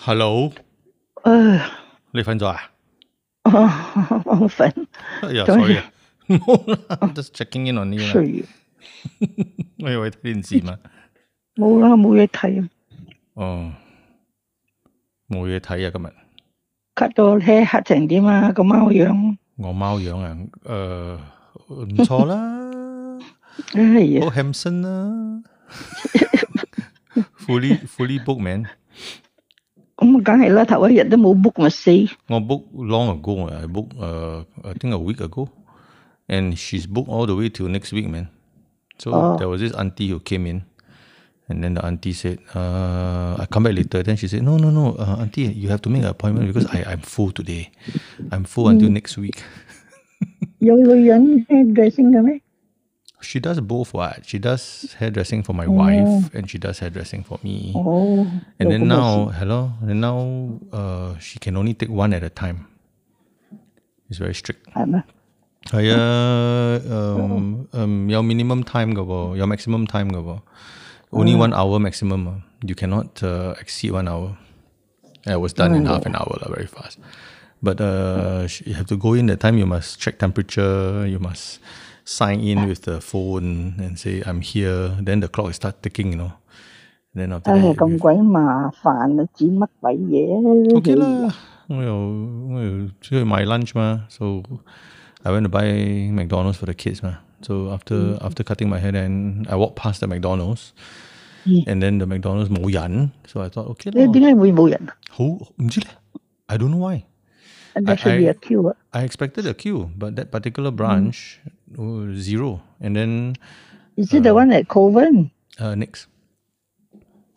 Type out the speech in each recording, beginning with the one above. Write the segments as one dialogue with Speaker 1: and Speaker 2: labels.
Speaker 1: Hello，
Speaker 2: 呃，
Speaker 1: 李芬仔。
Speaker 2: 哦，王粉
Speaker 1: 啊哎呀
Speaker 2: 當
Speaker 1: ，sorry
Speaker 2: 然
Speaker 1: 啊 冇啦，just checking in on you
Speaker 2: 睡
Speaker 1: 啦。我
Speaker 2: 完
Speaker 1: 以為睇電視嘛。
Speaker 2: 冇啦，冇嘢睇啊，
Speaker 1: 哦，冇嘢睇啊，今日
Speaker 2: 咳到咧黑成點啊，個貓樣，
Speaker 1: 我貓樣啊，誒、唔錯啦，
Speaker 2: 哎
Speaker 1: 好
Speaker 2: 呀，
Speaker 1: handsome 啦 ，fully fully book man。
Speaker 2: 咁梗係啦，頭一日都冇 book 咪死，
Speaker 1: 我 book long ago 啊，I book 誒、I think a week ago，and she's booked all the way till next week man。So、
Speaker 2: Oh.
Speaker 1: there was this auntie who came in. And then the auntie said, uh, I come back later. Then she said, No, no, no, uh, auntie, you have to make an appointment because I, I'm full today. I'm full until next week.
Speaker 2: 有女人 dressing 嘅咩？
Speaker 1: She does both. What she does hairdressing for my wife, and she does hairdressing for me.
Speaker 2: 哦，
Speaker 1: and then
Speaker 2: 有咁嘅
Speaker 1: now, hello, and now uh, she can only take one at a time. It's very strict.
Speaker 2: 事係咪？
Speaker 1: 係啊，um, um, 有 minimum time 嘅喎，有 maximum time 嘅喎。Only one hour maximum 啊。You cannot uh, exceed one hour. I was done in half an hour lah, very fast. But uh, sh- you have to go in that time. You must check temperature. You must sign in with the phone and say I'm here. Then the clock will start ticking. You know. Then after
Speaker 2: 唉，
Speaker 1: that, you
Speaker 2: 咁鬼麻煩啊，剪乜鬼嘢
Speaker 1: dạ. OK 啦，我又我又出去買 lunch 嘛，so I went to buy McDonald's for the kids 嘛。So after after cutting my hair, then I walked past the McDonald's, and then the McDonald's 冇人，so I thought OK
Speaker 2: 你點
Speaker 1: 啦，
Speaker 2: 解會冇人啊？
Speaker 1: 好唔知咧，I don't know why。
Speaker 2: 人哋係 Q 啊，
Speaker 1: I expected a queue, but that particular branch uh, zero, and then
Speaker 2: Is it the one at Coven？
Speaker 1: uh, next.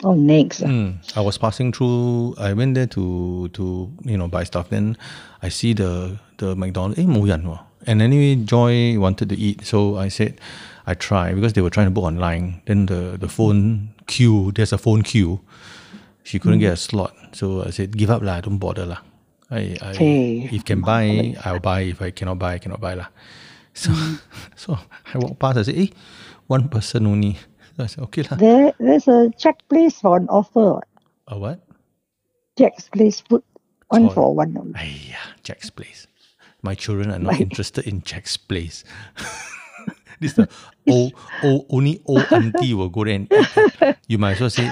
Speaker 2: 哦，next 啊，
Speaker 1: Mm, I was passing through. I went there to to you know buy stuff. Then I see the the McDonald's. Eh, 冇人喎。And anyway, Joy wanted to eat, so I said I try because they were trying to book online. Then the the phone queue. There's a phone queue. She couldn't get a slot, so I said give up lah. Don't bother lah. I, I
Speaker 2: Okay.
Speaker 1: if can buy, I'll buy. If I cannot buy, I cannot buy lah. So so I walk past. I said, eh, one person only. So I said okay lah.
Speaker 2: There there's a Jack place for an offer
Speaker 1: A what?
Speaker 2: Jack's place food one
Speaker 1: Sorry.
Speaker 2: for one
Speaker 1: Aiyah, Jack's Place. My children are not interested in Jack's Place. this is the old, old, only old auntie will go there and eat. You might as well say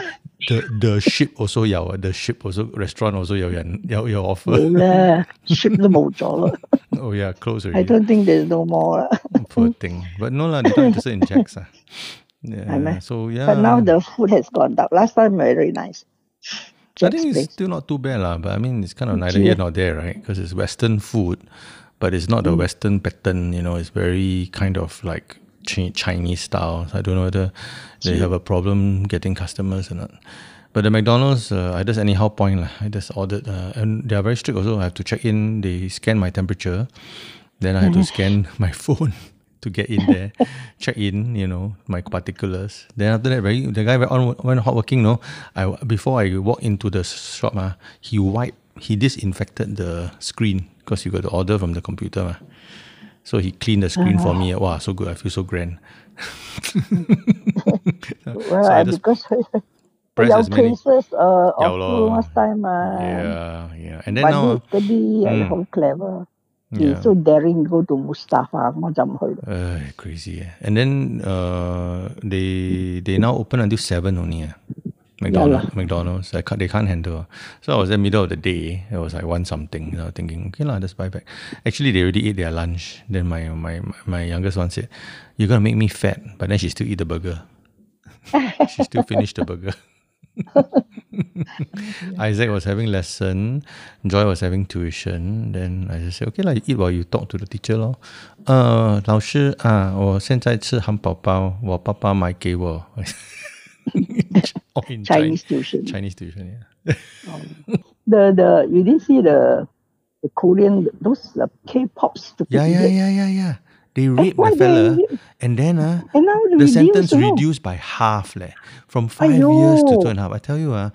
Speaker 1: the the ship also 有啊 the ship also restaurant also 有人有有 offer.
Speaker 2: 冇啦，ship 都冇咗啦。
Speaker 1: Oh yeah, close
Speaker 2: I
Speaker 1: already.
Speaker 2: don't think there's no more 啦。
Speaker 1: Poor thing. But no lah, they not interested in Jack's. ah. Yeah.
Speaker 2: Aiyah.
Speaker 1: So yeah.
Speaker 2: But now the food has gone up. Last time very nice.
Speaker 1: I
Speaker 2: Jack's
Speaker 1: think it's
Speaker 2: place.
Speaker 1: still not too bad, lah. But I mean, it's kind of neither here nor there, right? Because it's Western food, but it's not the Western pattern. You know, it's very kind of like chi- Chinese style. So I don't know whether they have a problem getting customers or not. But the McDonald's, uh, I just anyhow point lah. I just ordered, uh, and they are very strict. Also, I have to check in. They scan my temperature, then I have to scan my phone. To get in there, check in, you know, my particulars. Then after that, very the guy very on when hot working, no, I before I walk into the shop, ah, he wiped, he disinfected the screen because you got the order from the computer, mah. So he cleaned the screen for
Speaker 2: Uh-huh.
Speaker 1: me. ah. Wow, so good! I feel so grand. so
Speaker 2: Well,
Speaker 1: I just
Speaker 2: because
Speaker 1: press
Speaker 2: your
Speaker 1: as many-
Speaker 2: cases uh,
Speaker 1: Yeah,
Speaker 2: of
Speaker 1: lor.
Speaker 2: last time. Uh,
Speaker 1: Yeah, yeah. And then
Speaker 2: But
Speaker 1: now,
Speaker 2: no. Tadi
Speaker 1: Mm.
Speaker 2: mm. how clever. He
Speaker 1: Yeah.
Speaker 2: so daring go to Mustafa. 我就唔去啦。
Speaker 1: uh, crazy. eh. And then uh, they they now open until seven only. eh. McDonald's, McDonald's. I can't, they can't handle. So I was in the middle of the day. I was like one something. I was thinking, okay lah, just buy back. Actually, they already ate their lunch. Then my my my- my youngest one said, "You're gonna make me fat," but then she still eat the burger. she still finished the burger. Isaac was having lesson, Joy was having tuition. Then I just said, okay lah, you eat while you talk to the teacher 咯。呃，老师啊，我现在吃汉堡包，我爸爸买给我。All in
Speaker 2: Chinese tuition.
Speaker 1: Chinese tuition, yeah.
Speaker 2: The the you didn't see the the Korean those uh, K-pop stupid.
Speaker 1: Yeah, yeah,
Speaker 2: idiot.
Speaker 1: yeah, yeah, yeah. They raped my
Speaker 2: why
Speaker 1: fella,
Speaker 2: they-
Speaker 1: and then ah,
Speaker 2: And now
Speaker 1: the
Speaker 2: reduce,
Speaker 1: sentence
Speaker 2: you know.
Speaker 1: reduced by half leh, from five years to two and a half. I tell you ah,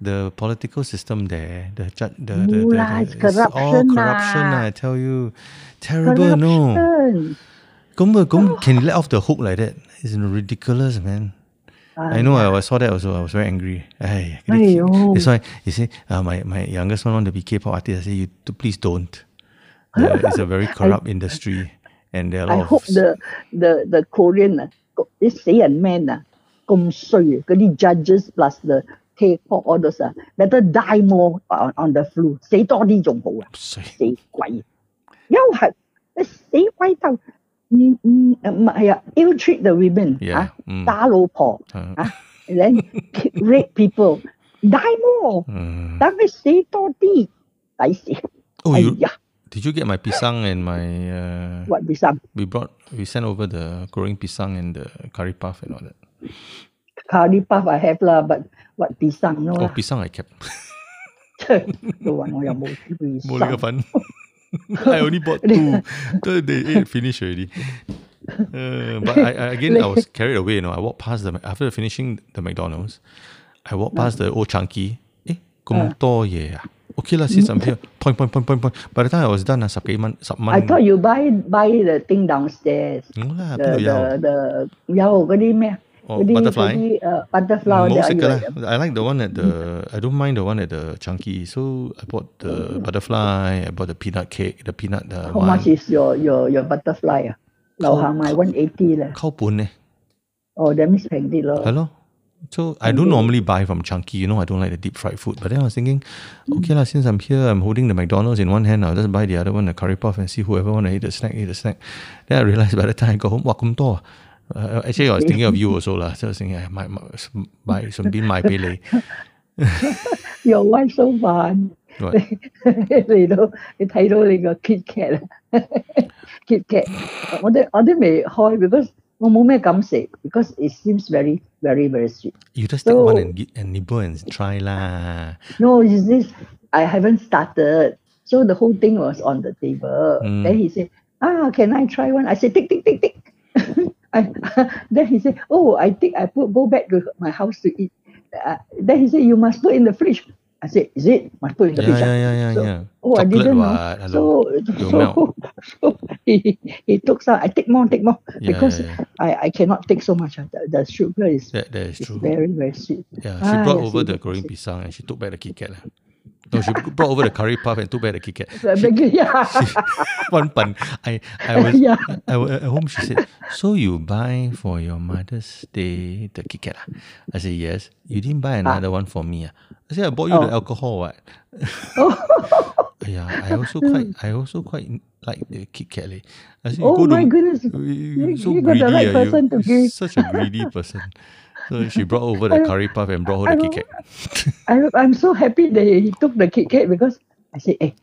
Speaker 1: the political system there, the ju- the, the, the,
Speaker 2: No lah,
Speaker 1: the
Speaker 2: it's
Speaker 1: it's all
Speaker 2: corruption
Speaker 1: corruption
Speaker 2: lah.
Speaker 1: lah. I tell you, terrible no.
Speaker 2: Corruption.
Speaker 1: Gum gum can let off the hook like that. It's ridiculous, man. I know. I was- saw that also. I was very angry. Ay, they-
Speaker 2: Aiyo.
Speaker 1: that's why you see, uh, my my youngest one wanted to be K-pop artist. I say, you t- please don't. There- it's a very corrupt industry, and there are a lot
Speaker 2: I hope
Speaker 1: of
Speaker 2: the the the Korean ah, co- this Korean men ah, 咁衰啊！嗰啲 judges plus the K pop all those ah, better die more on on the flu，死多啲仲好啊！死鬼，又係你死鬼鬥，唔唔唔係啊，ill um, treat the women
Speaker 1: Yeah，Mm. Uh,
Speaker 2: 啊
Speaker 1: 嗯，
Speaker 2: 打老婆
Speaker 1: 嗯
Speaker 2: 啊，and，then rape people die more，
Speaker 1: Mm.
Speaker 2: 等佢死多啲，抵死！
Speaker 1: Oh,
Speaker 2: 哎
Speaker 1: you,
Speaker 2: 呀，
Speaker 1: did you get my pisang and my? Uh,
Speaker 2: 屈你心
Speaker 1: we brought we sent over the growing pisang and the curry puff and all that.
Speaker 2: ，curry puff I have 啦，but 屈你心咯
Speaker 1: Oh,
Speaker 2: 啦。
Speaker 1: pisang I kept.
Speaker 2: 都話我又冇會心，
Speaker 1: More fun. I only bought two. So they ate finish already. Uh, but I, I, again, I was carried away. You know, I walked past the after finishing the McDonald's. I walked past the old chunky. Eh,
Speaker 2: Uh.
Speaker 1: yeah. Okay lah, since I'm here, point, point, point, point, point. By the time I was done, ah, sabke man, sabman.
Speaker 2: I thought you buy buy the thing downstairs.
Speaker 1: No lah,
Speaker 2: The
Speaker 1: tu yao.
Speaker 2: the the 有嗰啲咩？
Speaker 1: Oh,
Speaker 2: 嗰啲
Speaker 1: butterfly？
Speaker 2: 嗰啲誒 butterfly 嗰
Speaker 1: Most
Speaker 2: 啲
Speaker 1: circle
Speaker 2: 啊
Speaker 1: lah. I like the one at the. I don't mind the one at the chunky. So I bought the butterfly. I bought the peanut cake. The peanut uh,
Speaker 2: How
Speaker 1: one.
Speaker 2: much is your your your butterfly 啊？樓下賣 one eighty 咧，
Speaker 1: Kau pun eh.
Speaker 2: 哦，that means 平啲咯。
Speaker 1: Hello. So I don't normally buy from Chunky, you know, I don't like the deep fried food. But then I was thinking, okay lah, since I'm here, I'm holding the McDonald's in one hand, I'll just buy the other one, the curry puff, and see whoever want to eat the snack, eat the snack. Then I realized by the time I got home, wah, kum toh. Uh, actually, I was thinking of you also lah. So I was thinking, I might, might some- buy some bean my pele.
Speaker 2: Your wife so fun，
Speaker 1: What?
Speaker 2: 嚟到你睇到你個 Kit Kat 啦，Kit Kat，我都我都未開，because 我冇咩敢食，because it seems very very very sweet。
Speaker 1: You just take one
Speaker 2: So-
Speaker 1: and get and nibble and try lah.
Speaker 2: No, is this I haven't started. So the whole thing was on the table.
Speaker 1: Mm.
Speaker 2: Then he said, Ah, can I try one? I said, tick, tick, tick, tick. I, then he said, Oh, I think I put go back to my house to eat. Uh, then he said, You must put in the fridge. I said, Is it? Must put in the
Speaker 1: Yeah,
Speaker 2: fridge. ah?"
Speaker 1: yeah, yeah, yeah,
Speaker 2: So,
Speaker 1: yeah.
Speaker 2: Oh, I
Speaker 1: Chocolate
Speaker 2: didn't
Speaker 1: what?
Speaker 2: know.
Speaker 1: Hello.
Speaker 2: So,
Speaker 1: Your
Speaker 2: so, so he, he took some. I take more, take more
Speaker 1: Yeah,
Speaker 2: because
Speaker 1: yeah.
Speaker 2: I, I cannot take so much. ah. The, the sugar is,
Speaker 1: That, that is
Speaker 2: is
Speaker 1: true.
Speaker 2: very, very sweet.
Speaker 1: Yeah, she brought
Speaker 2: Ah, yes,
Speaker 1: over the
Speaker 2: yes,
Speaker 1: growing
Speaker 2: yes.
Speaker 1: pisang and she took back the Kit Kat. lah. No, she brought over the curry puff and took back the Kit Kat.
Speaker 2: So I beg you- yeah.
Speaker 1: One pun. I, I was
Speaker 2: Yeah.
Speaker 1: I, wa- at home. She said, "So you buy for your Mother's Day the Kit Kat?" ah?" I said, "Yes." You didn't buy another one for me. ah?" I said, "I bought you the
Speaker 2: Oh.
Speaker 1: alcohol. What?
Speaker 2: oh.
Speaker 1: Yeah, I also quite I also quite like the Kit Kat. leh." I said, you
Speaker 2: Oh
Speaker 1: go to-
Speaker 2: my goodness.
Speaker 1: you,
Speaker 2: You-
Speaker 1: so
Speaker 2: you got
Speaker 1: greedy,
Speaker 2: the right
Speaker 1: ah,
Speaker 2: person to
Speaker 1: you
Speaker 2: give.
Speaker 1: such a greedy person. So she brought over the
Speaker 2: I-
Speaker 1: curry puff and brought
Speaker 2: I
Speaker 1: over the
Speaker 2: don't-
Speaker 1: Kit Kat.
Speaker 2: I, I'm so happy that he took the Kit Kat because I said, hey,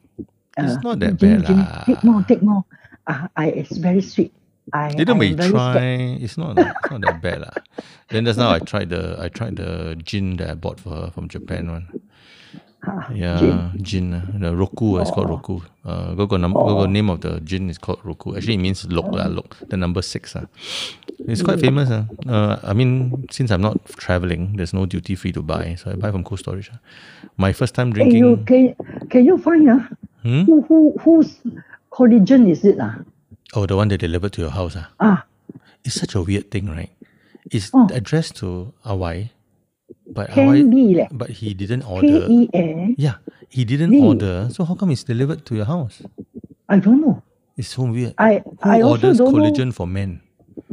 Speaker 1: It's
Speaker 2: uh,
Speaker 1: not that
Speaker 2: Jimmy,
Speaker 1: bad
Speaker 2: Jimmy,
Speaker 1: lah.
Speaker 2: take more, take more. Uh, I, it's very sweet. I,
Speaker 1: Later
Speaker 2: I'm
Speaker 1: may
Speaker 2: very scared.
Speaker 1: try. It's not it's not that bad lah. Then just now I tried the I tried the gin that I bought for her from Japan one.
Speaker 2: Ah, Oh. Jim.
Speaker 1: Yeah, gin. uh, The roku. uh, It's called roku. Uh, go go num- go
Speaker 2: Oh.
Speaker 1: go name of the gin is called roku. Actually, it means lok lah. Lok. The number six ah. It's quite
Speaker 2: Hmm.
Speaker 1: famous ah. Uh, I mean, since I'm not traveling, there's no duty free to buy, so I buy from Cold Storage. ah. My first time
Speaker 2: Hey, you,
Speaker 1: drinking.
Speaker 2: can, can you find uh,
Speaker 1: Hmm?
Speaker 2: who, who, whose collagen is it? Uh?
Speaker 1: Oh, the one they delivered to your house ah.
Speaker 2: Ah,
Speaker 1: It's such a weird thing, right? It's
Speaker 2: Oh.
Speaker 1: addressed to Hawaii, but Hawaii.
Speaker 2: can be leh.
Speaker 1: But he didn't order.
Speaker 2: E K-E-N?
Speaker 1: Yeah, he didn't
Speaker 2: Really?
Speaker 1: order. So how come it's delivered to your house?
Speaker 2: I don't know.
Speaker 1: It's so weird.
Speaker 2: I,
Speaker 1: Who
Speaker 2: I also
Speaker 1: orders
Speaker 2: don't
Speaker 1: collagen for men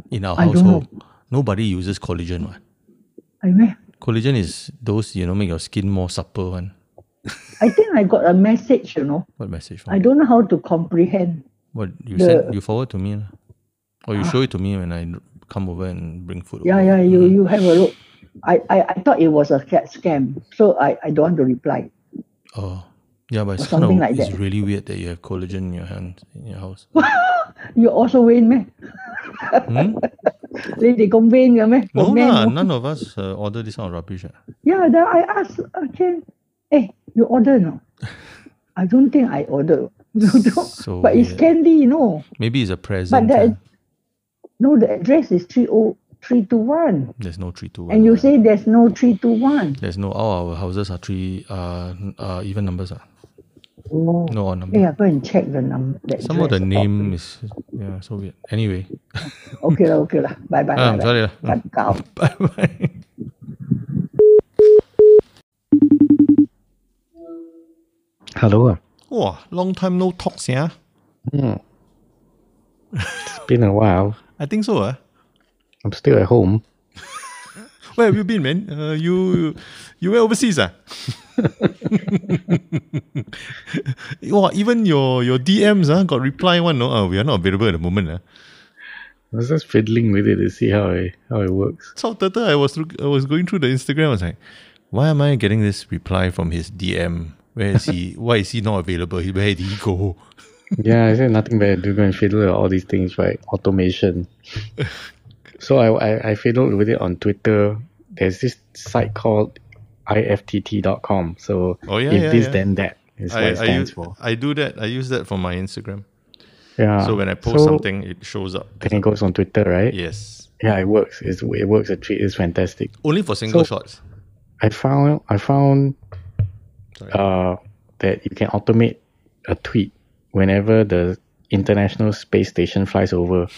Speaker 1: in our
Speaker 2: I don't
Speaker 1: household? Nobody uses collagen one.
Speaker 2: know. I, mean,
Speaker 1: Collagen is those you know make your skin more supple one.
Speaker 2: I think I got a message, you know.
Speaker 1: What message? From
Speaker 2: I don't know how to comprehend.
Speaker 1: What you
Speaker 2: the- Ah.
Speaker 1: sent? You forward to me, lah. or you show it to me when I come over and bring food.
Speaker 2: Yeah,
Speaker 1: over.
Speaker 2: yeah, you, you have a look. I, I, I thought it was a sca- scam, so I, I don't want to reply.
Speaker 1: Oh, yeah, but it's kind of
Speaker 2: something like
Speaker 1: it's
Speaker 2: that.
Speaker 1: really weird that you have collagen in your hand in your house.
Speaker 2: You also vain 咩？
Speaker 1: Hmm?
Speaker 2: 你哋咁 vain 嘅咩？
Speaker 1: No
Speaker 2: 冇咩
Speaker 1: lah, none of us uh, order this kind of rubbish. ah.
Speaker 2: Yeah, then I ask again. Hey, you order no? I don't think I order. No, no.
Speaker 1: So
Speaker 2: But it's
Speaker 1: weird.
Speaker 2: candy, no.
Speaker 1: Maybe it's a present.
Speaker 2: But the
Speaker 1: ah.
Speaker 2: no, the address is three o three to one,
Speaker 1: There's no three to one.
Speaker 2: and you say there's no three to one.
Speaker 1: There's no all our houses are three uh, n- uh even numbers are
Speaker 2: Oh,
Speaker 1: no odd number.
Speaker 2: yeah. Go and check the number.
Speaker 1: Some of the name is yeah so weird. Anyway,
Speaker 2: Okay lah, okay lah. Bye bye.
Speaker 1: Ah, I'm sorry lah.
Speaker 2: Cut out.
Speaker 1: bye bye.
Speaker 3: hello 啊，
Speaker 1: 哇，long time no talk 先
Speaker 3: 嗯 Hmm.，It's been a while.
Speaker 1: I think so eh? 啊。
Speaker 3: I'm still at home.
Speaker 1: Where have you been, man? Uh, you you went overseas, ah? wow, even your your DMs ah got reply one. No, Ah, we are not available at the moment. Ah,
Speaker 3: I was just fiddling with it to see how it how it works.
Speaker 1: so Tata, I was look, I was going through the Instagram. I was like, why am I getting this reply from his DM? Where is he? why is he not available? He- Where did he go?
Speaker 3: Yeah, I said nothing better to do than fiddle with all these things, right? Automation. so I, I I fiddled with it on Twitter. There's this site called iftt.com. So
Speaker 1: Oh, yeah,
Speaker 3: if
Speaker 1: yeah,
Speaker 3: this
Speaker 1: yeah.
Speaker 3: then that is what
Speaker 1: I,
Speaker 3: it
Speaker 1: I,
Speaker 3: stands
Speaker 1: use,
Speaker 3: for.
Speaker 1: I do that. I use that for my Instagram. Ah.
Speaker 3: Yeah.
Speaker 1: so when I post
Speaker 3: So
Speaker 1: something, it shows up.
Speaker 3: then it goes on Twitter, right?
Speaker 1: Yes,
Speaker 3: Yeah, it works. It's, it works a treat. It's fantastic.
Speaker 1: only for single
Speaker 3: So-
Speaker 1: shots.
Speaker 3: I found I found
Speaker 1: Sorry.
Speaker 3: uh, that you can automate a tweet whenever the International Space Station flies over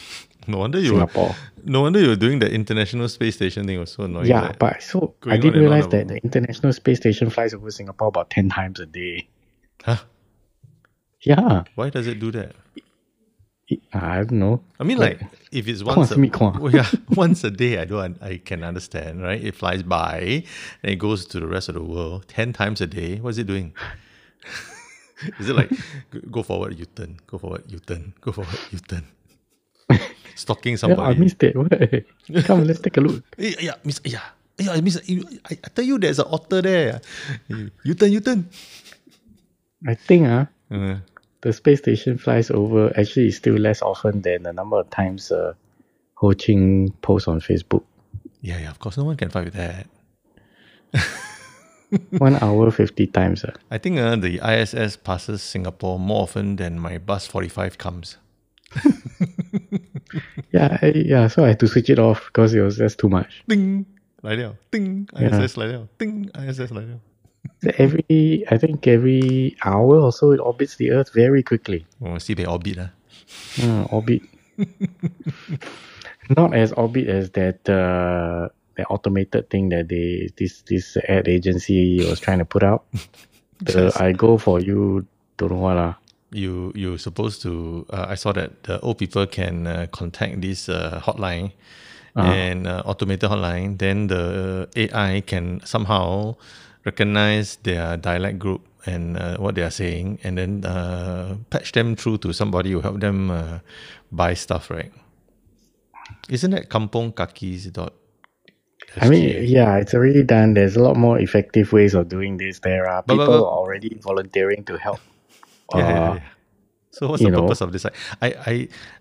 Speaker 1: no wonder you were
Speaker 3: Singapore.
Speaker 1: No wonder you're doing the International Space Station thing. It was so annoying.
Speaker 3: yeah,
Speaker 1: right?
Speaker 3: but so
Speaker 1: going on
Speaker 3: I
Speaker 1: and
Speaker 3: didn't realize
Speaker 1: on
Speaker 3: that
Speaker 1: about-
Speaker 3: the International Space Station flies over Singapore about ten times a day.
Speaker 1: huh?
Speaker 3: Yeah,
Speaker 1: Why does it do that?
Speaker 3: it- I don't know.
Speaker 1: I mean, like if it's once a,
Speaker 3: me, come on.
Speaker 1: Oh, yeah, once a day, I don't, I can understand, right? It flies by and it goes to the rest of the world ten times a day. What's it doing? Is it like go- go forward, U turn, go forward, U turn, go forward, U turn, stalking
Speaker 3: Yeah, I
Speaker 1: somebody?
Speaker 3: missed it. What? Come, let's take a look.
Speaker 1: Eh, yeah, miss, yeah, yeah, I miss. you- I, I tell you, there's an otter there. U turn, U turn.
Speaker 3: I think ah,
Speaker 1: Uh,
Speaker 3: the space station flies over actually is still less often than the number of times uh, Ho Ching posts on Facebook.
Speaker 1: yeah, yeah. Of course, no one can fight with that.
Speaker 3: One hour fifty times. Uh.
Speaker 1: I think uh, the ISS passes Singapore more often than my bus 45 comes.
Speaker 3: Yeah, I, yeah. So I had to switch it off because it was just too much.
Speaker 1: Ding! 来了, ding!
Speaker 3: Yeah.
Speaker 1: ISS 来了, ding! ISS 来了.
Speaker 3: So Every I think every hour or so, it orbits the Earth very quickly.
Speaker 1: Oh, sibei orbit ah.
Speaker 3: Mm, orbit. Not as orbit as that uh, the automated thing that they this this ad agency was trying to put out. The
Speaker 1: Just-
Speaker 3: I go for you don't know what lah.
Speaker 1: You you supposed to? Uh, I saw that the old people can uh, contact this uh, hotline
Speaker 3: Uh-huh.
Speaker 1: and uh, automated hotline. Then the AI can somehow recognize their dialect group and uh, what they are saying, and then uh, patch them through to somebody who help them uh, buy stuff. Right? Isn't that kampong kakis dot?
Speaker 3: I mean, yeah, it's already done. There's a lot more effective ways of doing this. There are
Speaker 1: But-
Speaker 3: people
Speaker 1: but- but-
Speaker 3: already volunteering to help.
Speaker 1: Yeah, yeah, yeah,
Speaker 3: Uh,
Speaker 1: yeah. So what's the
Speaker 3: you know.
Speaker 1: purpose of this? Like, I, I,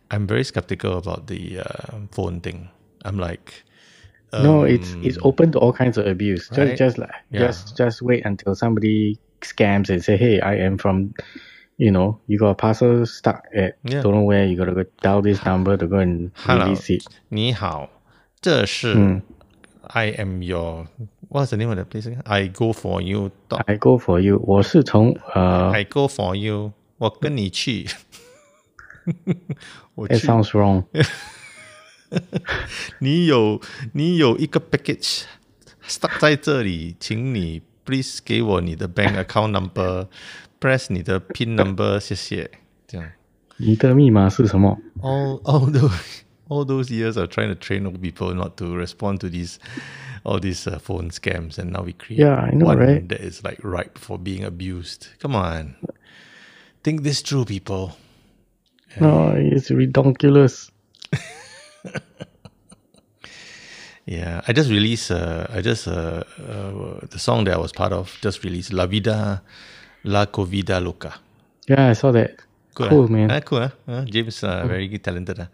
Speaker 1: I'm very skeptical about the uh, phone thing. I'm like, um,
Speaker 3: no, it's it's open to all kinds of abuse.
Speaker 1: Right.
Speaker 3: Just just like
Speaker 1: Yeah.
Speaker 3: just just wait until somebody scams and say, "Hey, I am from," you know, you got a parcel stuck at
Speaker 1: Yeah.
Speaker 3: don't know where. You gotta go dial this number to go and
Speaker 1: Hello.
Speaker 3: release it.
Speaker 1: 你好，这是
Speaker 3: Hmm.
Speaker 1: I am your what's the name of the place again? I go for you. dot-
Speaker 3: I go for you. 我是从呃
Speaker 1: I go for you. 我跟你去。
Speaker 3: ，That
Speaker 1: 我去。
Speaker 3: sounds wrong.
Speaker 1: 你有-你有一个 package stuck 在这里，请你 please 给我你的 bank account number，press 你的 pin number，谢谢。这样。
Speaker 3: 你的密码是什么？
Speaker 1: all all those all those years of trying to train old people not to respond to these all these uh, phone scams, and now we create
Speaker 3: Yeah, I know,
Speaker 1: one
Speaker 3: right?
Speaker 1: that is like ripe for being abused. Come on, think this through, people.
Speaker 3: No, it's ridiculous.
Speaker 1: Yeah, I just released. Uh, I just uh, uh, the song that I was part of just released "La Vida, La Covida Loca."
Speaker 3: Yeah, I saw that.
Speaker 1: Good,
Speaker 3: cool,
Speaker 1: huh?
Speaker 3: man. Mm.
Speaker 1: Ah, cool, huh? Ah, James, uh, very talented. huh?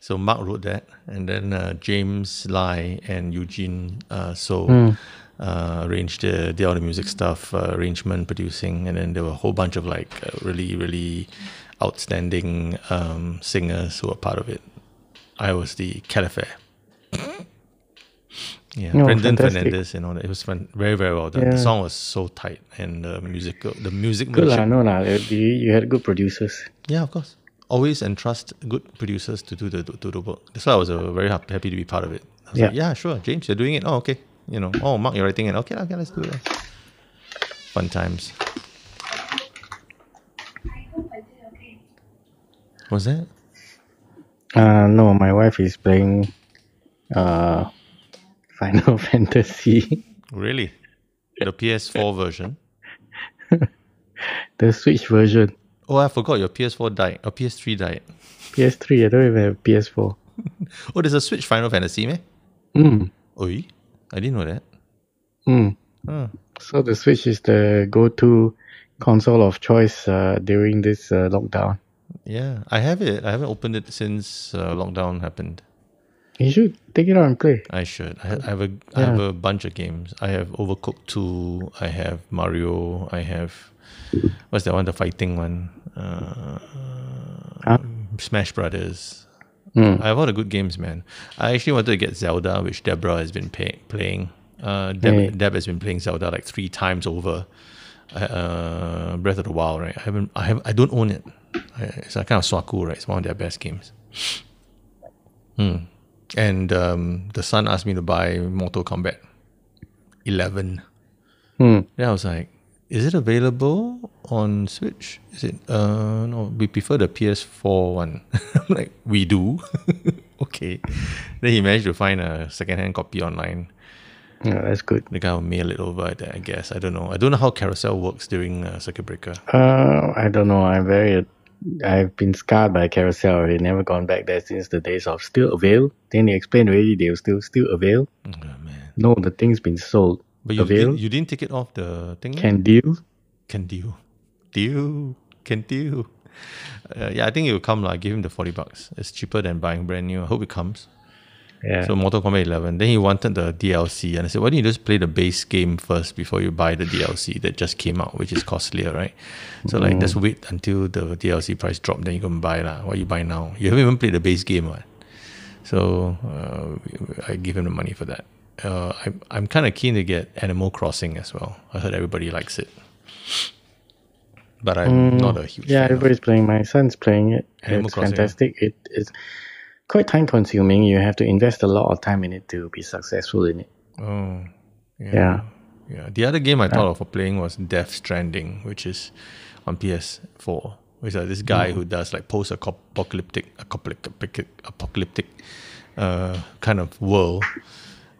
Speaker 1: So Mark wrote that, and then uh, James Lai and Eugene uh, So
Speaker 3: Hmm.
Speaker 1: uh, arranged the, did all the music stuff, uh, arrangement, producing, and then there were a whole bunch of like uh, really, really outstanding um, singers who were part of it. I was the caliphate. Yeah,
Speaker 3: Oh,
Speaker 1: Brendan
Speaker 3: fantastic.
Speaker 1: Fernandez and all that. It was fun. very, very well done. The
Speaker 3: Yeah.
Speaker 1: song was so tight, and the musical, the music,
Speaker 3: Good
Speaker 1: made
Speaker 3: lah, no lah. You, you had good producers.
Speaker 1: yeah, of course. Always entrust good producers to do the to do the work. That's why I was uh, very hap- happy to be part of it. I was
Speaker 3: Yeah.
Speaker 1: like, yeah, sure, James, you're doing it. Oh, okay. You know, oh, Mark, you're writing it. Okay, okay, let's do it. Fun times. Was it?
Speaker 3: Uh, no, my wife is playing uh, Final Fantasy.
Speaker 1: Really? The PS4 version?
Speaker 3: the Switch version.
Speaker 1: Oh, I forgot your PS4 died. uh, Or PS3 died.
Speaker 3: PS3, I don't even have PS4.
Speaker 1: Oh, there's a Switch Final Fantasy, meh? Hmm.
Speaker 3: Mm,
Speaker 1: Oi, I didn't know that.
Speaker 3: mm.
Speaker 1: Huh.
Speaker 3: So the Switch is the go-to console of choice uh, during this uh, lockdown.
Speaker 1: Yeah, I have it. I haven't opened it since uh, lockdown happened.
Speaker 3: You should take it out and play.
Speaker 1: I should. I, ha- I have a. I have a bunch of games. I have Overcooked Two. I have Mario. I have what's that one? The fighting one. Uh,
Speaker 3: Huh?
Speaker 1: Smash Brothers. I have all the good games, man. I actually wanted to get Zelda, which Deborah has been pay- playing. Uh, Deb,
Speaker 3: Hey.
Speaker 1: Deb has been playing Zelda like three times over. Uh, Breath of the Wild, right? I haven't. I have. I don't own it. I, it's a kind of swaku, right? It's one of their best games. Hmm. And um, the son asked me to buy Mortal Kombat 11.
Speaker 3: Hmm.
Speaker 1: Then I was like, is it available on Switch? Is it? Uh, no, we prefer the PS4 one. I'm like, we do. okay. Then he managed to find a secondhand copy online.
Speaker 3: Yeah, that's good.
Speaker 1: The guy will mail it over, I guess. I don't know. I don't know how Carousel works during uh, Circuit Breaker.
Speaker 3: Uh, I don't know. I'm very. I've been scarred by Carousel. I've never gone back there since the days of still avail. Then they explained already they were still still avail.
Speaker 1: Oh, man.
Speaker 3: No, the thing's been sold.
Speaker 1: But you,
Speaker 3: avail
Speaker 1: did, you didn't take it off the thing?
Speaker 3: can deal.
Speaker 1: Can deal. Deal. Can deal. Uh, yeah, I think it will come. lah. give him the 40 bucks. It's cheaper than buying brand new. I hope it comes.
Speaker 3: Yeah.
Speaker 1: So Mortal Kombat 11. Then he wanted the DLC, and I said, why don't you just play the base game first before you buy the DLC that just came out, which is costlier, right? So like, just
Speaker 3: Mm.
Speaker 1: wait until the DLC price drop, then you can buy lah. What you buy now? You haven't even played the base game, what? So uh, I give him the money for that. Uh, I'm I'm kind of keen to get Animal Crossing as well. I heard everybody likes it, but I'm not a huge
Speaker 3: Mm, yeah,
Speaker 1: fan of
Speaker 3: everybody's playing. My son's playing it.
Speaker 1: Animal
Speaker 3: it's
Speaker 1: Crossing.
Speaker 3: fantastic. It is quite time consuming. You have to invest a lot of time in it to be successful in it.
Speaker 1: Oh, yeah. yeah.
Speaker 3: Yeah.
Speaker 1: The other game I thought of for playing was Death Stranding, which is on PS4. Which is uh, this guy who does like post apocalyptic, apocalyptic, apocalyptic uh, kind of world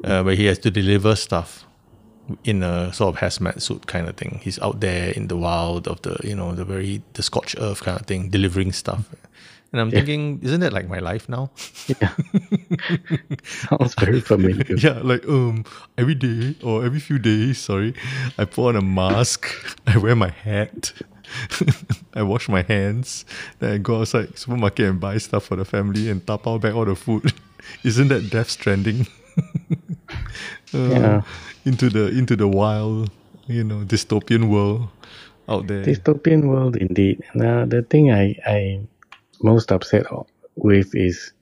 Speaker 1: uh, where he has to deliver stuff in a sort of hazmat suit kind of thing. He's out there in the wild of the, you know, the very, the scorched earth kind of thing, delivering stuff. And I'm thinking, isn't that like my life now?
Speaker 3: Sounds very familiar.
Speaker 1: Yeah, like um, every day or every few days. Sorry, I put on a mask. I wear my hat. I wash my hands. Then I go outside supermarket and buy stuff for the family and tap out back all the food. Isn't that death stranding? Uh,
Speaker 3: Yeah.
Speaker 1: Into the into the wild, you know, dystopian world out there.
Speaker 3: dystopian world indeed. Now the thing I I most upset o- with is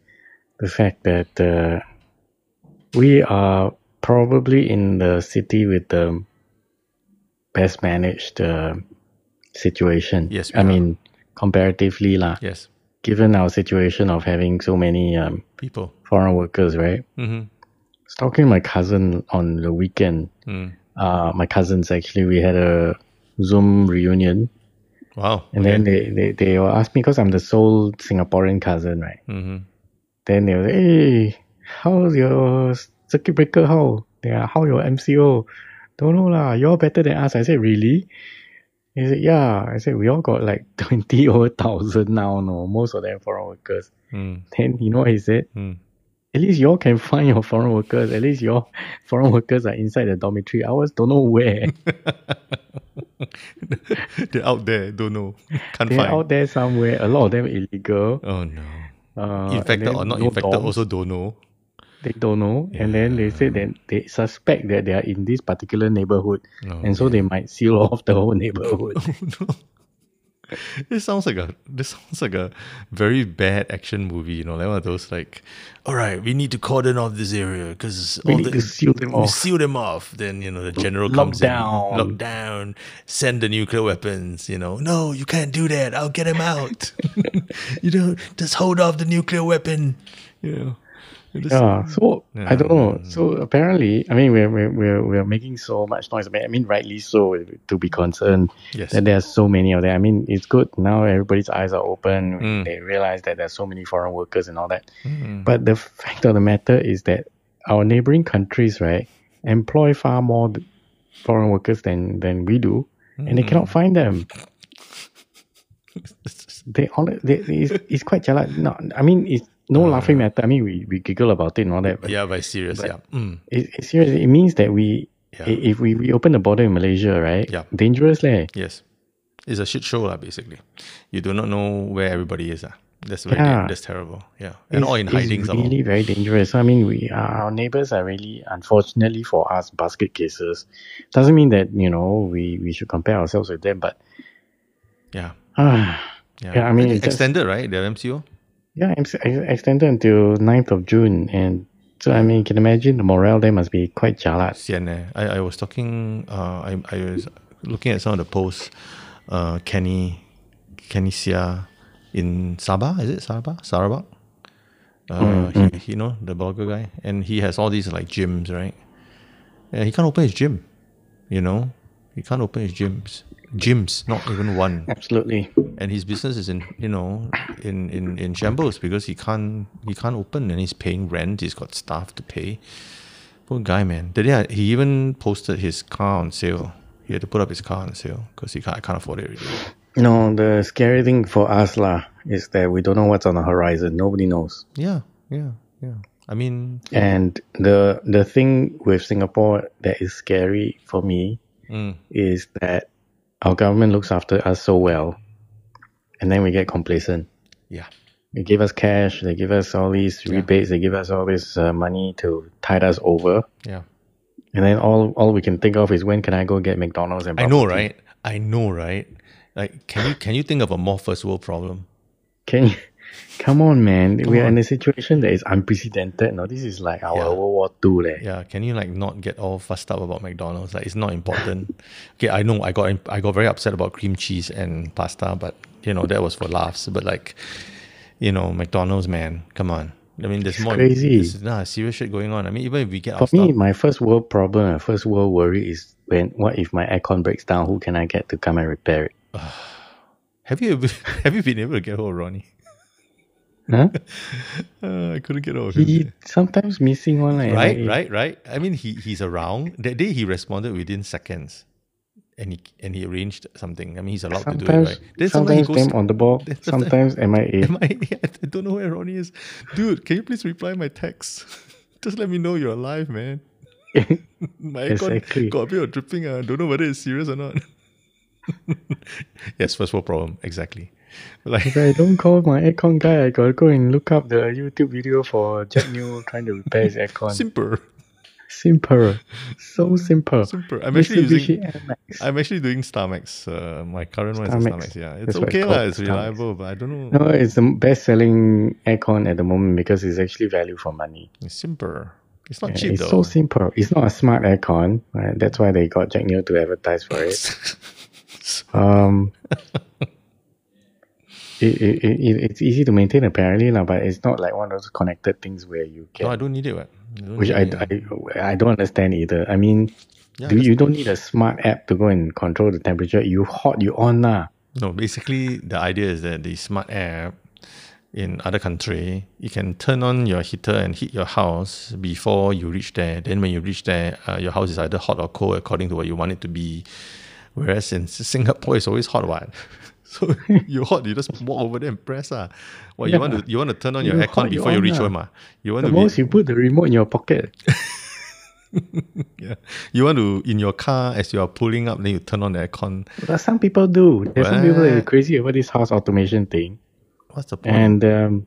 Speaker 3: the fact that uh, we are probably in the city with the best managed uh, situation.
Speaker 1: Yes, we
Speaker 3: I
Speaker 1: are.
Speaker 3: mean comparatively lah.
Speaker 1: yes,
Speaker 3: Given our situation of having so many um,
Speaker 1: people.
Speaker 3: foreign workers, right?
Speaker 1: Mm-hmm.
Speaker 3: was talking to my cousin on the weekend.
Speaker 1: Mm.
Speaker 3: Uh, my cousins actually we had a Zoom reunion.
Speaker 1: Wow.
Speaker 3: And then they, they, they will ask me because I'm the sole Singaporean cousin, right?
Speaker 1: Mm-hmm.
Speaker 3: Then they will say, hey, how's your circuit breaker? How? They are, how your MCO? Don't know lah. You're better than us. I said, really? He said, yeah. I said, we all got like 20 over 1,000 now, no? Most of them foreign workers.
Speaker 1: Mm.
Speaker 3: Then you know what he said?
Speaker 1: Mm.
Speaker 3: At least y'all can find your foreign workers. At least your foreign workers are inside the dormitory. Ours don't know where.
Speaker 1: They're out there. Don't know. Can't
Speaker 3: They're
Speaker 1: find.
Speaker 3: out there somewhere. A lot of them illegal.
Speaker 1: Oh no.
Speaker 3: Uh, and
Speaker 1: infected
Speaker 3: then
Speaker 1: or not
Speaker 3: no
Speaker 1: infected
Speaker 3: dorms.
Speaker 1: also don't know.
Speaker 3: they don't know and then they said that they suspect that they are in this particular neighborhood and so they might seal off the whole neighborhood
Speaker 1: This sounds like a this sounds like a very bad action movie, you know, like one of those like, all right, we need to cordon off this area because
Speaker 3: we
Speaker 1: all
Speaker 3: need
Speaker 1: the
Speaker 3: to seal them
Speaker 1: we
Speaker 3: off
Speaker 1: seal them off. Then you know the general
Speaker 3: Lock
Speaker 1: comes
Speaker 3: down.
Speaker 1: in, lock down, send the nuclear weapons. You know, no, you can't do that. I'll get him out. you know, just hold off the nuclear weapon. You know,
Speaker 3: Yeah. So
Speaker 1: Yeah,
Speaker 3: I don't know. So apparently, I mean, we're we're we're, we're making so much noise. I mean, I mean, rightly so to be concerned
Speaker 1: Yes.
Speaker 3: that there's so many of them. I mean, it's good now. Everybody's eyes are open.
Speaker 1: Mm.
Speaker 3: They realize that there's so many foreign workers and all that. But the fact of the matter is that our neighboring countries, right, employ far more th- foreign workers than than we do, and they
Speaker 1: Hmm.
Speaker 3: cannot find them. They all they, they- it's, it's quite jealous. No, I mean it's no laughing matter. I mean we, we giggle about it and all that, but
Speaker 1: yeah, but serious. yeah. Mm.
Speaker 3: it, it seriously it means that we
Speaker 1: Yeah.
Speaker 3: i- if we reopen the border in Malaysia, right?
Speaker 1: Yeah.
Speaker 3: Dangerous leh.
Speaker 1: Yes. It's a shit show, lah, basically. You do not know where everybody is. lah. That's very
Speaker 3: Yeah.
Speaker 1: that's terrible. Yeah. And
Speaker 3: It's-
Speaker 1: all in hiding
Speaker 3: It's
Speaker 1: some more.
Speaker 3: really very dangerous. So, I mean, we our neighbors are really, unfortunately for us, basket cases. Doesn't mean that you know we we should compare ourselves with them, but
Speaker 1: Yeah.
Speaker 3: ah,
Speaker 1: Yeah.
Speaker 3: Yeah, I mean,
Speaker 1: think
Speaker 3: it's just-
Speaker 1: extended, right? Their MCO?
Speaker 3: yeah, it's it's extended until 9th of June, and so I mean, you can imagine the morale there must be quite jalat.
Speaker 1: Sian eh. I, I was talking, uh, I, I was looking at some of the posts. Uh, Kenny, Kenny Sia in Sabah, is it Sabah? Sarawak? Uh, he, he- you know, the blogger guy. And he has all these like gyms, right? Yeah, he can't open his gym, you know? He can't open his gyms. Gyms, not even one.
Speaker 3: Absolutely.
Speaker 1: and his business is in you know in, in, in shambles because he can't he can't open and he's paying rent he's got staff to pay poor guy man That day I- he even posted his car on sale he had to put up his car on sale because he can't, I can't afford it really.
Speaker 3: No, the scary thing for us lah is that we don't know what's on the horizon. Nobody knows.
Speaker 1: yeah yeah yeah I mean
Speaker 3: And the the thing with Singapore that is scary for me
Speaker 1: mm,
Speaker 3: is that our government looks after us so well, and then we get complacent.
Speaker 1: yeah
Speaker 3: They give us cash, they give us all these rebates, they give us all this uh, money to tide us over,
Speaker 1: yeah
Speaker 3: and then all all we can think of is when can I go get McDonald's and
Speaker 1: I know
Speaker 3: bubble tea?
Speaker 1: right I know right like can you can you think of a more first world problem
Speaker 3: Can you? Come on, man. we are in a situation that is unprecedented. Now this is like our
Speaker 1: Yeah.
Speaker 3: World War Two, leh.
Speaker 1: Yeah, can you like not get all fussed up about McDonald's? Like it's not important. okay, I know I got I got very upset about cream cheese and pasta, but you know that was for laughs. But like, you know, McDonald's man, come on. I mean, there's more
Speaker 3: crazy.
Speaker 1: There's, nah, serious shit going on. I mean, even if we get our
Speaker 3: For me,
Speaker 1: stuff,
Speaker 3: my first world problem, my first world worry is when what if my aircon breaks down? Who can I get to come and repair it?
Speaker 1: have you ever- have you been able to get hold of Ronnie?
Speaker 3: Huh?
Speaker 1: Uh, I couldn't get hold of him.
Speaker 3: he sometimes missing one, like
Speaker 1: right,
Speaker 3: like,
Speaker 1: right, right. I mean, he he's around. That day he responded within seconds, and he and he arranged something. I mean, he's allowed to do it,
Speaker 3: Sometimes,
Speaker 1: right? Then sometimes he
Speaker 3: sometimes
Speaker 1: goes.
Speaker 3: them on the ball.
Speaker 1: Then sometimes-
Speaker 3: Sometimes MIA.
Speaker 1: Am I? I don't know where Ronnie is. Dude, can you please reply my text? Just let me know you're alive, man. My icon
Speaker 3: Exactly.
Speaker 1: got a bit of dripping. I don't know whether it's serious or not. yes, first world problem. Exactly. Like,
Speaker 3: If I don't call my aircon guy, I gotta go and look up the YouTube video for Jack Neo trying to repair his aircon.
Speaker 1: simple.
Speaker 3: simple, so simple.
Speaker 1: Simple. I'm actually
Speaker 3: Mitsubishi
Speaker 1: using.
Speaker 3: NMAX.
Speaker 1: I'm actually doing Starmax. Uh, my current one is a
Speaker 3: Starmax.
Speaker 1: Starmax. Yeah, it's
Speaker 3: That's what it's
Speaker 1: okay lah.
Speaker 3: called,
Speaker 1: It's
Speaker 3: Starmax.
Speaker 1: reliable, but I don't know.
Speaker 3: No, it's the best-selling aircon at the moment because it's actually value for money.
Speaker 1: It's simple. It's not
Speaker 3: Yeah,
Speaker 1: cheap
Speaker 3: it's
Speaker 1: though.
Speaker 3: so simple. It's not a smart aircon. Right? That's why they got Jack Neo to advertise for it. Um, it, it, it, it- it's easy to maintain apparently, lah, but it's not like one of those connected things where you
Speaker 1: no, I
Speaker 3: can.
Speaker 1: don't need it. What? I don't
Speaker 3: Which
Speaker 1: need
Speaker 3: I,
Speaker 1: it.
Speaker 3: I, I don't understand either. I mean,
Speaker 1: Yeah,
Speaker 3: do
Speaker 1: that's-
Speaker 3: you don't need a smart app to go and control the temperature. You hot, you on lah.
Speaker 1: No, basically the idea is that the smart app in other country, you can turn on your heater and heat your house before you reach there. Then when you reach there, uh, your house is either hot or cold according to what you want it to be. Whereas in S- Singapore, it's always hot, what? So you hot, you just walk over there and press. Ah. Well, you want to you want to turn on your
Speaker 3: You
Speaker 1: aircon
Speaker 3: hot, you
Speaker 1: before you
Speaker 3: on
Speaker 1: reach
Speaker 3: lah.
Speaker 1: home, ah. You want
Speaker 3: The
Speaker 1: to be-
Speaker 3: most you put the remote in your pocket.
Speaker 1: yeah. You want to in your car as you are pulling up, then you turn on the aircon.
Speaker 3: But some people do. There's some people that are
Speaker 1: What?
Speaker 3: crazy over this house automation thing,
Speaker 1: What's the point?
Speaker 3: and um,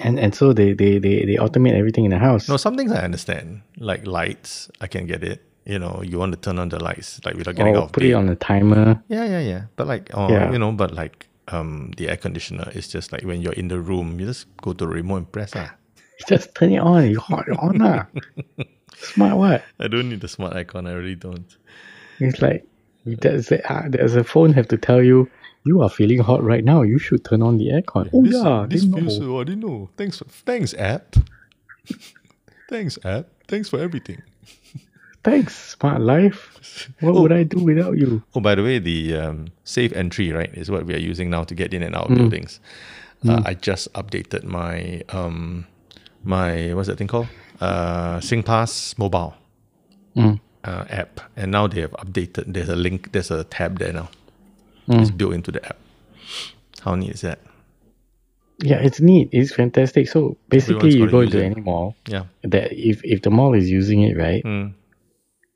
Speaker 3: and and so they they they, they automate everything in the house.
Speaker 1: No, some things I understand, like lights. I can get it. You know, you want to turn on the lights, like without getting
Speaker 3: or
Speaker 1: out of
Speaker 3: put
Speaker 1: bed.
Speaker 3: it on a timer.
Speaker 1: Yeah, yeah, yeah. But like, oh,
Speaker 3: Oh, Yeah.
Speaker 1: you know, but like, um, the air conditioner is just like when you're in the room, you just go to the remote and press. Ah.
Speaker 3: Just turn it on. You hot you on lah. Smart what?
Speaker 1: I don't need the smart icon. I really don't.
Speaker 3: It's like there's a, uh, there's a phone have to tell you you are feeling hot right now. You should turn on the aircon. Oh
Speaker 1: this,
Speaker 3: yeah,
Speaker 1: this
Speaker 3: they know.
Speaker 1: feels so. I didn't know. Thanks, thanks, app. Thanks, app. Thanks for everything.
Speaker 3: Thanks, smart life. What would I do without you?
Speaker 1: Oh, by the way, the um, safe entry right is what we are using now to get in and out of buildings. Uh, I just updated my um, my what's that thing called? Uh, SingPass mobile uh, app, and now they have updated. There's a link. There's a tab there now. It's built into the app. How neat is that?
Speaker 3: Yeah, it's neat. It's fantastic. So basically,
Speaker 1: Everyone's
Speaker 3: you
Speaker 1: gotta
Speaker 3: go
Speaker 1: use
Speaker 3: into
Speaker 1: it.
Speaker 3: any mall.
Speaker 1: Yeah.
Speaker 3: That if if the mall is using it right,
Speaker 1: Hmm.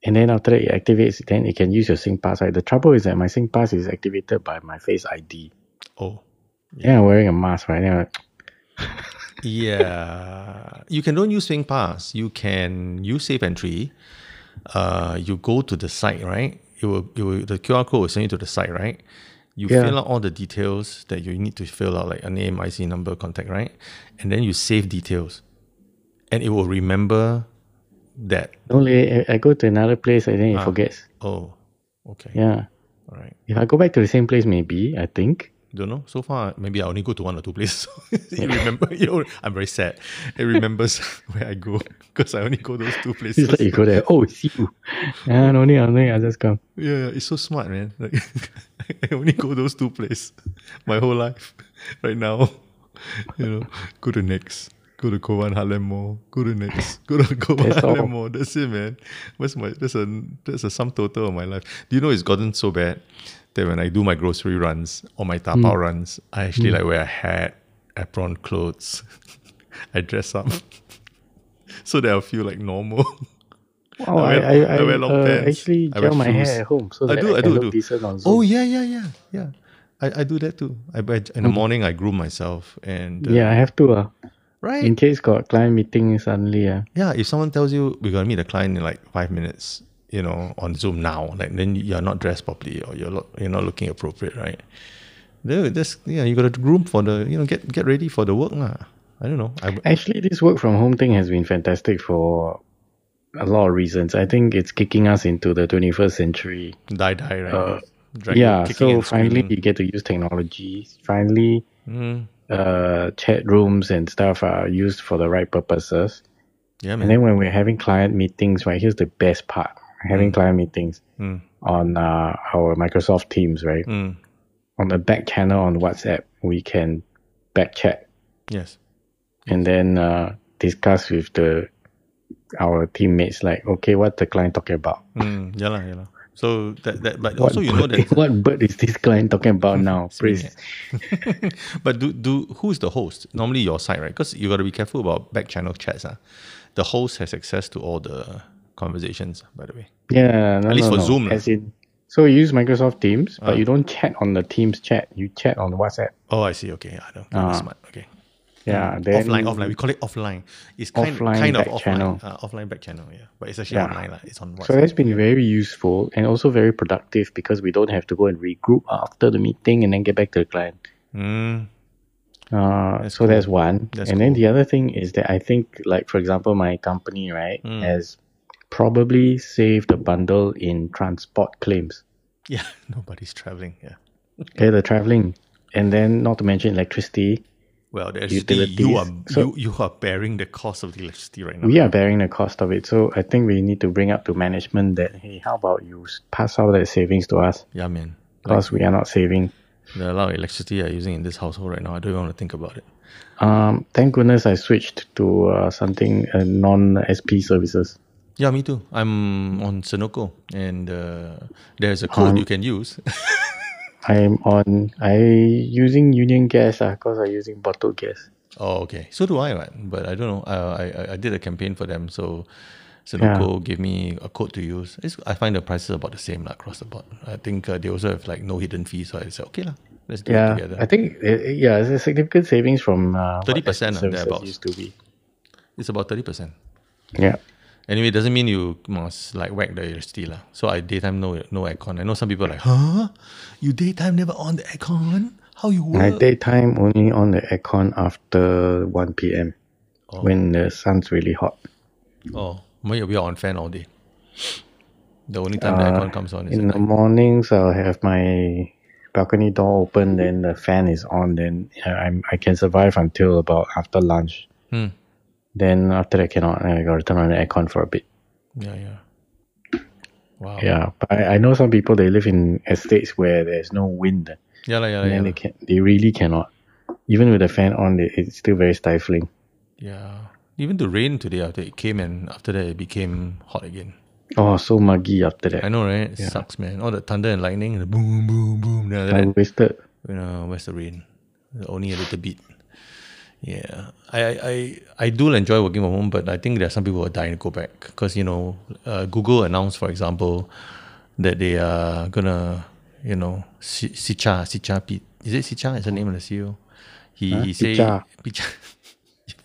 Speaker 3: and then after that it activates, then it can use your SingPass. Right. The trouble is that my SingPass is activated by my Face ID.
Speaker 1: Oh.
Speaker 3: Yeah, I'm wearing a mask right now.
Speaker 1: Yeah. you can don't use SingPass. You can use Safe Entry. Uh, you go to the site, right? It will, it will the QR code will send you to the site, right? You
Speaker 3: Yeah.
Speaker 1: fill out all the details that you need to fill out, like a name, IC number, contact, right? And then you save details. And it will remember that.
Speaker 3: Only I, I go to another place and then it forgets.
Speaker 1: Oh, okay.
Speaker 3: Yeah.
Speaker 1: All right.
Speaker 3: If I go back to the same place, maybe I think.
Speaker 1: Don't know. So far, maybe I only go to one or two places. you remember, you know, I'm very sad. It remembers where I go because I only go those two places.
Speaker 3: It's like you go there. Oh, it's you. Yeah, no need. I think I just come.
Speaker 1: Yeah, yeah, it's so smart, man. Like, I only go those two places my whole life. Right now, you know, go to next, go to Kovan Harlem Mall, go to next, go to Kovan
Speaker 3: That's all.
Speaker 1: Harlem Mall. That's it, man. That's my that's a that's a sum total of my life. Do you know it's gotten so bad that when I do my grocery runs or my
Speaker 3: Hmm.
Speaker 1: tapao runs, I actually like wear a hat, apron, clothes. I dress up so that I feel like normal.
Speaker 3: Oh,
Speaker 1: I
Speaker 3: I,
Speaker 1: wear-
Speaker 3: I, I,
Speaker 1: I wear long
Speaker 3: uh,
Speaker 1: pants.
Speaker 3: actually
Speaker 1: I wear
Speaker 3: gel my
Speaker 1: shoes.
Speaker 3: hair at home so
Speaker 1: I
Speaker 3: that
Speaker 1: do,
Speaker 3: I
Speaker 1: I do,
Speaker 3: can
Speaker 1: I
Speaker 3: look
Speaker 1: do.
Speaker 3: decent on Zoom.
Speaker 1: Oh yeah, yeah, yeah, yeah. I, I do that too. I, I in the morning I groom myself and uh,
Speaker 3: Mm. yeah, I have to. Uh,
Speaker 1: right.
Speaker 3: in case got client meeting suddenly, uh,
Speaker 1: yeah, if someone tells you we're gonna meet a client in like five minutes, you know, on Zoom now, like then you're not dressed properly or you're not you're not looking appropriate, right? Then that's yeah, you gotta groom for the you know get get ready for the work lah. I don't know. I,
Speaker 3: actually this work from home thing has been fantastic for a lot of reasons. I think it's kicking us into the 21st century.
Speaker 1: die die right.
Speaker 3: Uh,
Speaker 1: Drag-
Speaker 3: yeah,
Speaker 1: kicking
Speaker 3: so
Speaker 1: and
Speaker 3: finally
Speaker 1: screaming.
Speaker 3: you get to use technology. Finally,
Speaker 1: Mm.
Speaker 3: uh, chat rooms and stuff are used for the right purposes.
Speaker 1: yeah,
Speaker 3: And
Speaker 1: man.
Speaker 3: then when we're having client meetings, right, here's the best part. Having client meetings
Speaker 1: Mm.
Speaker 3: on uh, our Microsoft Teams, right?
Speaker 1: Mm.
Speaker 3: On the back channel on WhatsApp, we can back chat
Speaker 1: Yes.
Speaker 3: and then uh, discuss with the our teammates like, okay, what the client talking about?
Speaker 1: Mm. Yeah lah, yeah lah. Oh, So that that but
Speaker 3: What
Speaker 1: also you know
Speaker 3: bird-
Speaker 1: that Hmm,
Speaker 3: what bird is this client talking about now? Please.
Speaker 1: But do do who's the host? Normally your side, right? Because you got to be careful about back channel chats. Ah, The host has access to all the conversations, by the way.
Speaker 3: Yeah, no,
Speaker 1: At least
Speaker 3: no,
Speaker 1: for
Speaker 3: no.
Speaker 1: Zoom Ah. lah.
Speaker 3: As in, so you use Microsoft Teams, but you don't chat on the Teams chat. You chat on WhatsApp.
Speaker 1: Oh, I see. Okay, I know.
Speaker 3: Ah.
Speaker 1: That's smart. Okay,
Speaker 3: Yeah, then
Speaker 1: Hmm. offline, offline. We call it offline. It's kind
Speaker 3: Offline
Speaker 1: kind of
Speaker 3: back
Speaker 1: offline,
Speaker 3: channel.
Speaker 1: Uh, offline back channel. Yeah, but it's actually
Speaker 3: Yeah.
Speaker 1: online. lah. It's on WhatsApp.
Speaker 3: So that's been very useful and also very productive because we don't have to go and regroup after the meeting and then get back to the client.
Speaker 1: Mm,
Speaker 3: Uh,
Speaker 1: That's
Speaker 3: so that's one.
Speaker 1: That's
Speaker 3: and then
Speaker 1: cool.
Speaker 3: the other thing is that I think, like for example, my company right
Speaker 1: Mm.
Speaker 3: has probably saved a bundle in transport claims.
Speaker 1: yeah, nobody's traveling. Yeah.
Speaker 3: Okay, the traveling, and then not to mention electricity.
Speaker 1: Well, the electricity, you are
Speaker 3: Utilities. So-
Speaker 1: you, you are bearing the cost of the electricity right now.
Speaker 3: We are bearing the cost of it, so I think we need to bring up to management that hey, how about you s- pass out that savings to us
Speaker 1: Yeah, man. Like,
Speaker 3: because we are not saving.
Speaker 1: the amount of electricity I'm using in this household right now, I don't even want to think about it.
Speaker 3: Um, thank goodness I switched to uh, something uh, non SP services.
Speaker 1: Yeah, me too. I'm on Sunoco, and uh, there's a code you can use.
Speaker 3: I'm on I using Union Gas because I'm using bottled gas.
Speaker 1: oh, okay. So do I, right? But I don't know. Uh, I I- I did a campaign for them, so Sunoco gave me a code to use. It's, I find the prices about the same lah across the board. I think uh, they also have like no hidden fees, so I said okay lah, let's do it
Speaker 3: Yeah, I
Speaker 1: together.
Speaker 3: think it, it- yeah, it's a significant savings from uh, what
Speaker 1: 30%
Speaker 3: SP
Speaker 1: ah,
Speaker 3: services
Speaker 1: thereabouts.
Speaker 3: used to be.
Speaker 1: It's about thirty percent.
Speaker 3: Yeah,
Speaker 1: Anyway, it doesn't mean you must like whack the electricity lah. So I daytime no no aircon. I know some people are like, huh? You daytime never on the aircon? How you
Speaker 3: my
Speaker 1: work?
Speaker 3: daytime only on the aircon after one p.m. when the sun's really hot.
Speaker 1: Oh, we we are on fan all day. The only time the aircon comes on is at
Speaker 3: Uh, In the
Speaker 1: night.
Speaker 3: mornings, I'll have my balcony door open,
Speaker 1: Hmm.
Speaker 3: then the fan is on, then uh, I'm I can survive until about after lunch. Then after that, cannot. I got to turn on the aircon for a bit.
Speaker 1: Yeah, yeah. Wow.
Speaker 3: Yeah, but I, I know some people they live in estates where there's no wind,
Speaker 1: Yeah, lah, yeah, lah, Oh,
Speaker 3: and
Speaker 1: yeah.
Speaker 3: then they
Speaker 1: lah.
Speaker 3: can they really cannot. Even with the fan on, they, it's still very stifling.
Speaker 1: Yeah. Even the rain today after it came and after that it became hot again.
Speaker 3: Oh, so muggy after that.
Speaker 1: I know, right? It sucks, man. All the thunder and lightning, the boom, boom, boom. Then after
Speaker 3: I
Speaker 1: that,
Speaker 3: wasted.
Speaker 1: you know, where's the rain? Only a little bit. Yeah, I, I, I, I do enjoy working from home, but I think there are some people who are dying to go back because you know, uh, Google announced, for example, that they are gonna, you know, Si- Sicha, Sicha Pete, is it Sicha? Is the name of the CEO? He, he say
Speaker 3: Picha.
Speaker 1: Picha.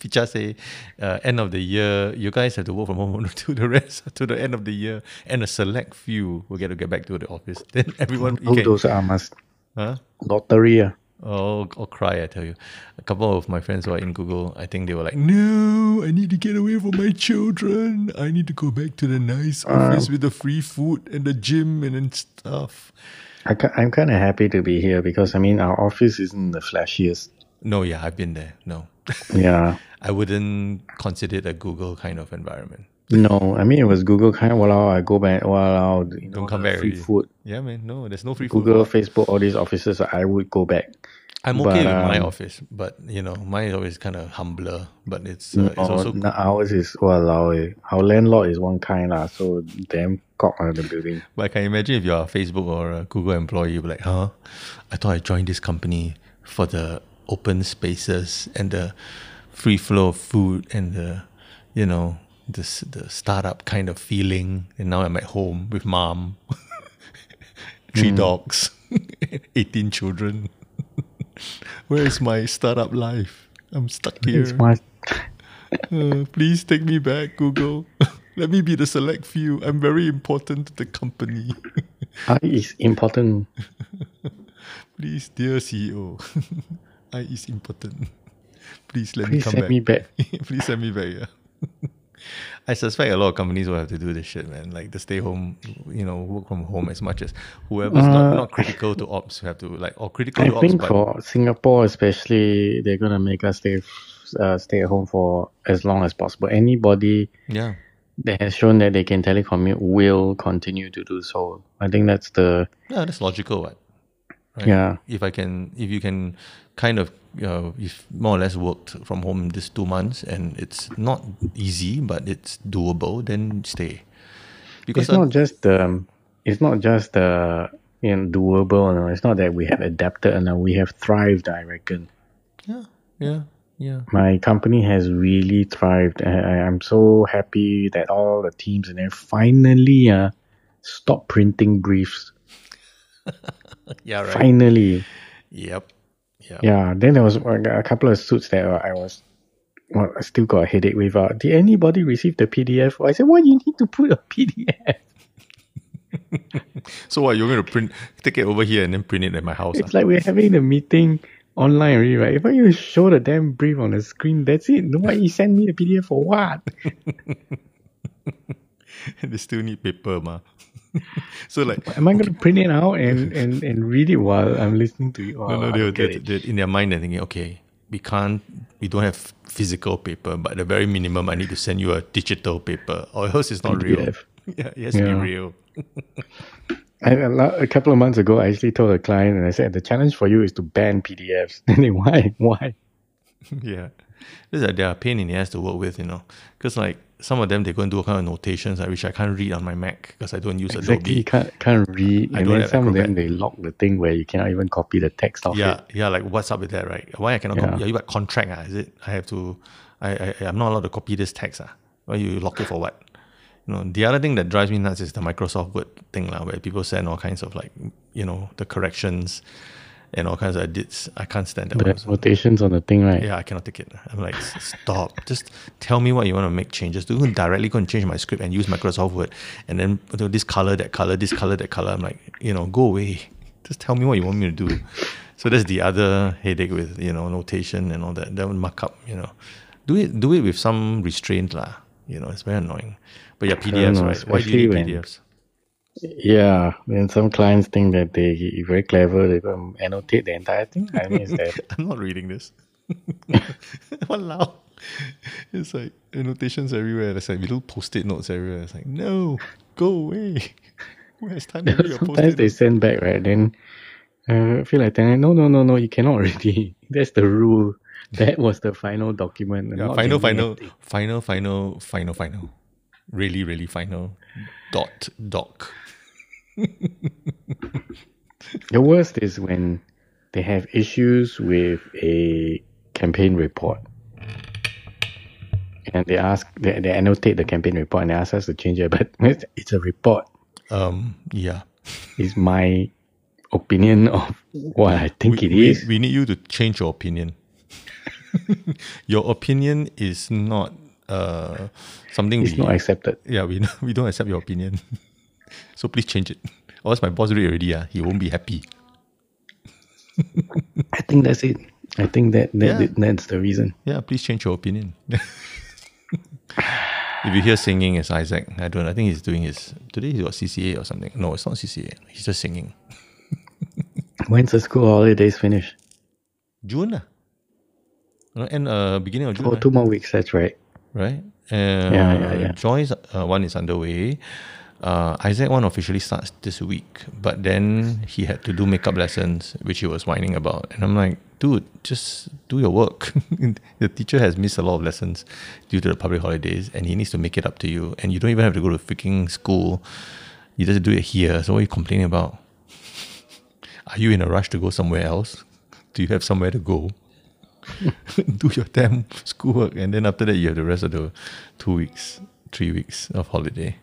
Speaker 1: Picha say, uh, end of the year, you guys have to work from home to the rest, to the end of the year, and a select few will get to get back to the office. Then everyone, you
Speaker 3: All
Speaker 1: can-
Speaker 3: those are must
Speaker 1: huh?
Speaker 3: lottery. ah.
Speaker 1: Oh, I'll cry, I tell you. A couple of my friends who are in Google, I think they were like, No, I need to get away from my children. I need to go back to the nice office with the free food and the gym and, and stuff.
Speaker 3: I, ki- I'm kind of happy to be here because I mean our office isn't the flashiest.
Speaker 1: No, yeah, I've been there. No.
Speaker 3: Yeah.
Speaker 1: I wouldn't consider it a Google kind of environment.
Speaker 3: No, I mean it was Google kind of wow. I go back wow. You know,
Speaker 1: Don't come back
Speaker 3: free
Speaker 1: already.
Speaker 3: food.
Speaker 1: Yeah, man. No, there's no free
Speaker 3: Google,
Speaker 1: food.
Speaker 3: Facebook, all these offices. I would go back.
Speaker 1: I'm okay
Speaker 3: but,
Speaker 1: with my
Speaker 3: um,
Speaker 1: office, but you know, mine is always kind of humbler, but it's, uh, it's
Speaker 3: Or-
Speaker 1: also
Speaker 3: no, ours is wow. Our landlord is one kind lah. So damn cock on the building.
Speaker 1: But I can imagine if you're a Facebook or a Google employee, you'll be like, huh? I thought I joined this company for the open spaces and the free flow of food and the, you know, this the startup kind of feeling. And now I'm at home with mom, three
Speaker 3: Mm.
Speaker 1: dogs, 18 children. Where is my startup life? I'm stuck here.
Speaker 3: It's my
Speaker 1: Uh, please take me back, Google. Let me be the select few. I'm very important to the company.
Speaker 3: I is important.
Speaker 1: Please, dear CEO, I is important. Please let me
Speaker 3: Please
Speaker 1: come
Speaker 3: send
Speaker 1: back.
Speaker 3: me back.
Speaker 1: Please send me back. Yeah. I suspect a lot of companies will have to do this shit, man. Like the stay home, you know, work from home as much as whoever's not,
Speaker 3: Uh,
Speaker 1: not critical to ops will have to like or critical
Speaker 3: I
Speaker 1: to ops,
Speaker 3: think
Speaker 1: but
Speaker 3: for Singapore especially, they're gonna make us stay f- uh, stay at home for as long as possible. Anybody
Speaker 1: yeah,
Speaker 3: that has shown that they can telecommute will continue to do so. I think that's the
Speaker 1: yeah, that's logical, what? Right?
Speaker 3: yeah.
Speaker 1: If I can, if you can, kind of, you know, you've more or less worked from home this two months and it's not easy, but it's doable, then stay.
Speaker 3: It's
Speaker 1: uh,
Speaker 3: not just the it's not just the you know, doable. No. It's not that we have adapted and we have thrived. I reckon
Speaker 1: yeah, yeah, yeah.
Speaker 3: my company has really thrived. I, I- I'm so happy that all the teams and they finally uh, stop printing briefs.
Speaker 1: Yeah, right.
Speaker 3: Finally.
Speaker 1: Yep. Yep.
Speaker 3: Yeah, then there was a a couple of suits that uh, I was, well, I still got a headache with. Uh, did anybody receive the PDF? I said, why you need to put a PDF?
Speaker 1: So what you're going to print, take it over here and then print it at my house? ah?
Speaker 3: It's like we're having the meeting online already, right? If I you show the damn brief on the screen, that's it. Why you send me the PDF for what?
Speaker 1: they still need paper, ma. so like,
Speaker 3: Am I going to print it out and, and, and read it while I'm listening to you?
Speaker 1: no,
Speaker 3: Oh,
Speaker 1: no,
Speaker 3: I
Speaker 1: they,
Speaker 3: don't get
Speaker 1: they,
Speaker 3: it.
Speaker 1: they, in their mind they're thinking, okay, we can't, we don't have physical paper, but at the very minimum, I need to send you a digital paper, or else it's not real.
Speaker 3: PDF.
Speaker 1: Yeah, it has to be
Speaker 3: Yeah.
Speaker 1: real.
Speaker 3: I, a, lo- a couple of months ago, I actually told a client and I said, the challenge for you is to ban PDFs. And they, why? Why?
Speaker 1: yeah, this is they're a pain in the ass to work with, you know, because like some of them they go and do all kind of notations, like, which I can't read on my Mac because I don't use
Speaker 3: Exactly, you
Speaker 1: Adobe.
Speaker 3: can't can't read,
Speaker 1: I
Speaker 3: and
Speaker 1: don't
Speaker 3: then
Speaker 1: have
Speaker 3: some of them
Speaker 1: Acrobat.
Speaker 3: they lock the thing where you cannot even copy the text off
Speaker 1: yeah,
Speaker 3: it.
Speaker 1: yeah. Like, what's up with that, right? Why I cannot? Yeah,
Speaker 3: Yeah.
Speaker 1: yeah you got contract, ah, is it? I have to. I, I I'm not allowed to copy this text, ah. Why you lock it for what? You know, the other thing that drives me nuts is the Microsoft Word thing, lah, where people send all kinds of like, you know, the corrections and all kinds of edits. I can't stand that.
Speaker 3: The
Speaker 1: one. also.
Speaker 3: notations on the thing, right?
Speaker 1: Yeah, I cannot take it. I'm like, "S- stop. Just tell me what you want to make changes. to. directly go and change my script and use Microsoft Word, and then do this color, that color, this color, that color. I'm like, you know, go away. Just tell me what you want me to do. So that's the other headache with you know notation and all that. That would mark up. You know, do it do it with some restraint lah. You know, it's very annoying. But yeah, PDFs,
Speaker 3: know,
Speaker 1: right? Why do you
Speaker 3: especially
Speaker 1: need
Speaker 3: when-
Speaker 1: PDFs?
Speaker 3: Yeah. Then some clients think that they very clever. They um, annotate the entire thing. I mean, it's that
Speaker 1: I'm not reading this. Walao. it's like annotations everywhere. There's like little post-it notes everywhere. It's like, no, go away. Who has time to read your
Speaker 3: Sometimes
Speaker 1: post-it?
Speaker 3: they
Speaker 1: notes?
Speaker 3: send back, right? Then uh, I feel like telling, no, no, no, no, you cannot already. That's the rule. That was the final document. I'm
Speaker 1: Yeah,
Speaker 3: not
Speaker 1: final,
Speaker 3: changing
Speaker 1: final,
Speaker 3: anything.
Speaker 1: final, final, final, final. Really, really final. Dot doc.
Speaker 3: The worst is when they have issues with a campaign report. And they ask, they, they annotate the campaign report and they ask us to change it, but it's, it's a report.
Speaker 1: Um, yeah.
Speaker 3: It's my opinion of what I think it
Speaker 1: we,
Speaker 3: is.
Speaker 1: we need you to change your opinion. your opinion is not uh, something
Speaker 3: It's
Speaker 1: we
Speaker 3: not accepted.
Speaker 1: yeah we we don't accept your opinion. so please change it. Or else my boss read already. Ah, he won't be happy.
Speaker 3: I think that's it. I think that, that
Speaker 1: Yeah.
Speaker 3: that's the reason.
Speaker 1: Yeah, please change your opinion. if you hear singing, it's Isaac. I don't. I think he's doing his today. He's got CCA or something. No, it's not CCA. He's just singing.
Speaker 3: When's the school holidays finish?
Speaker 1: June. ah. No, and uh, beginning of June.
Speaker 3: Oh,
Speaker 1: ah.
Speaker 3: two more weeks. That's right.
Speaker 1: right? Uh,
Speaker 3: yeah, yeah.
Speaker 1: Joy's uh, one is underway. Uh, Isaac one officially starts this week, but then he had to do makeup lessons, which he was whining about. And I'm like, dude, just do your work. the teacher has missed a lot of lessons due to the public holidays, and he needs to make it up to you. And you don't even have to go to freaking school. You just do it here. So what are you complaining about? Are you in a rush to go somewhere else? Do you have somewhere to go? do your damn schoolwork, and then after that, you have the rest of the two weeks, three weeks of holiday.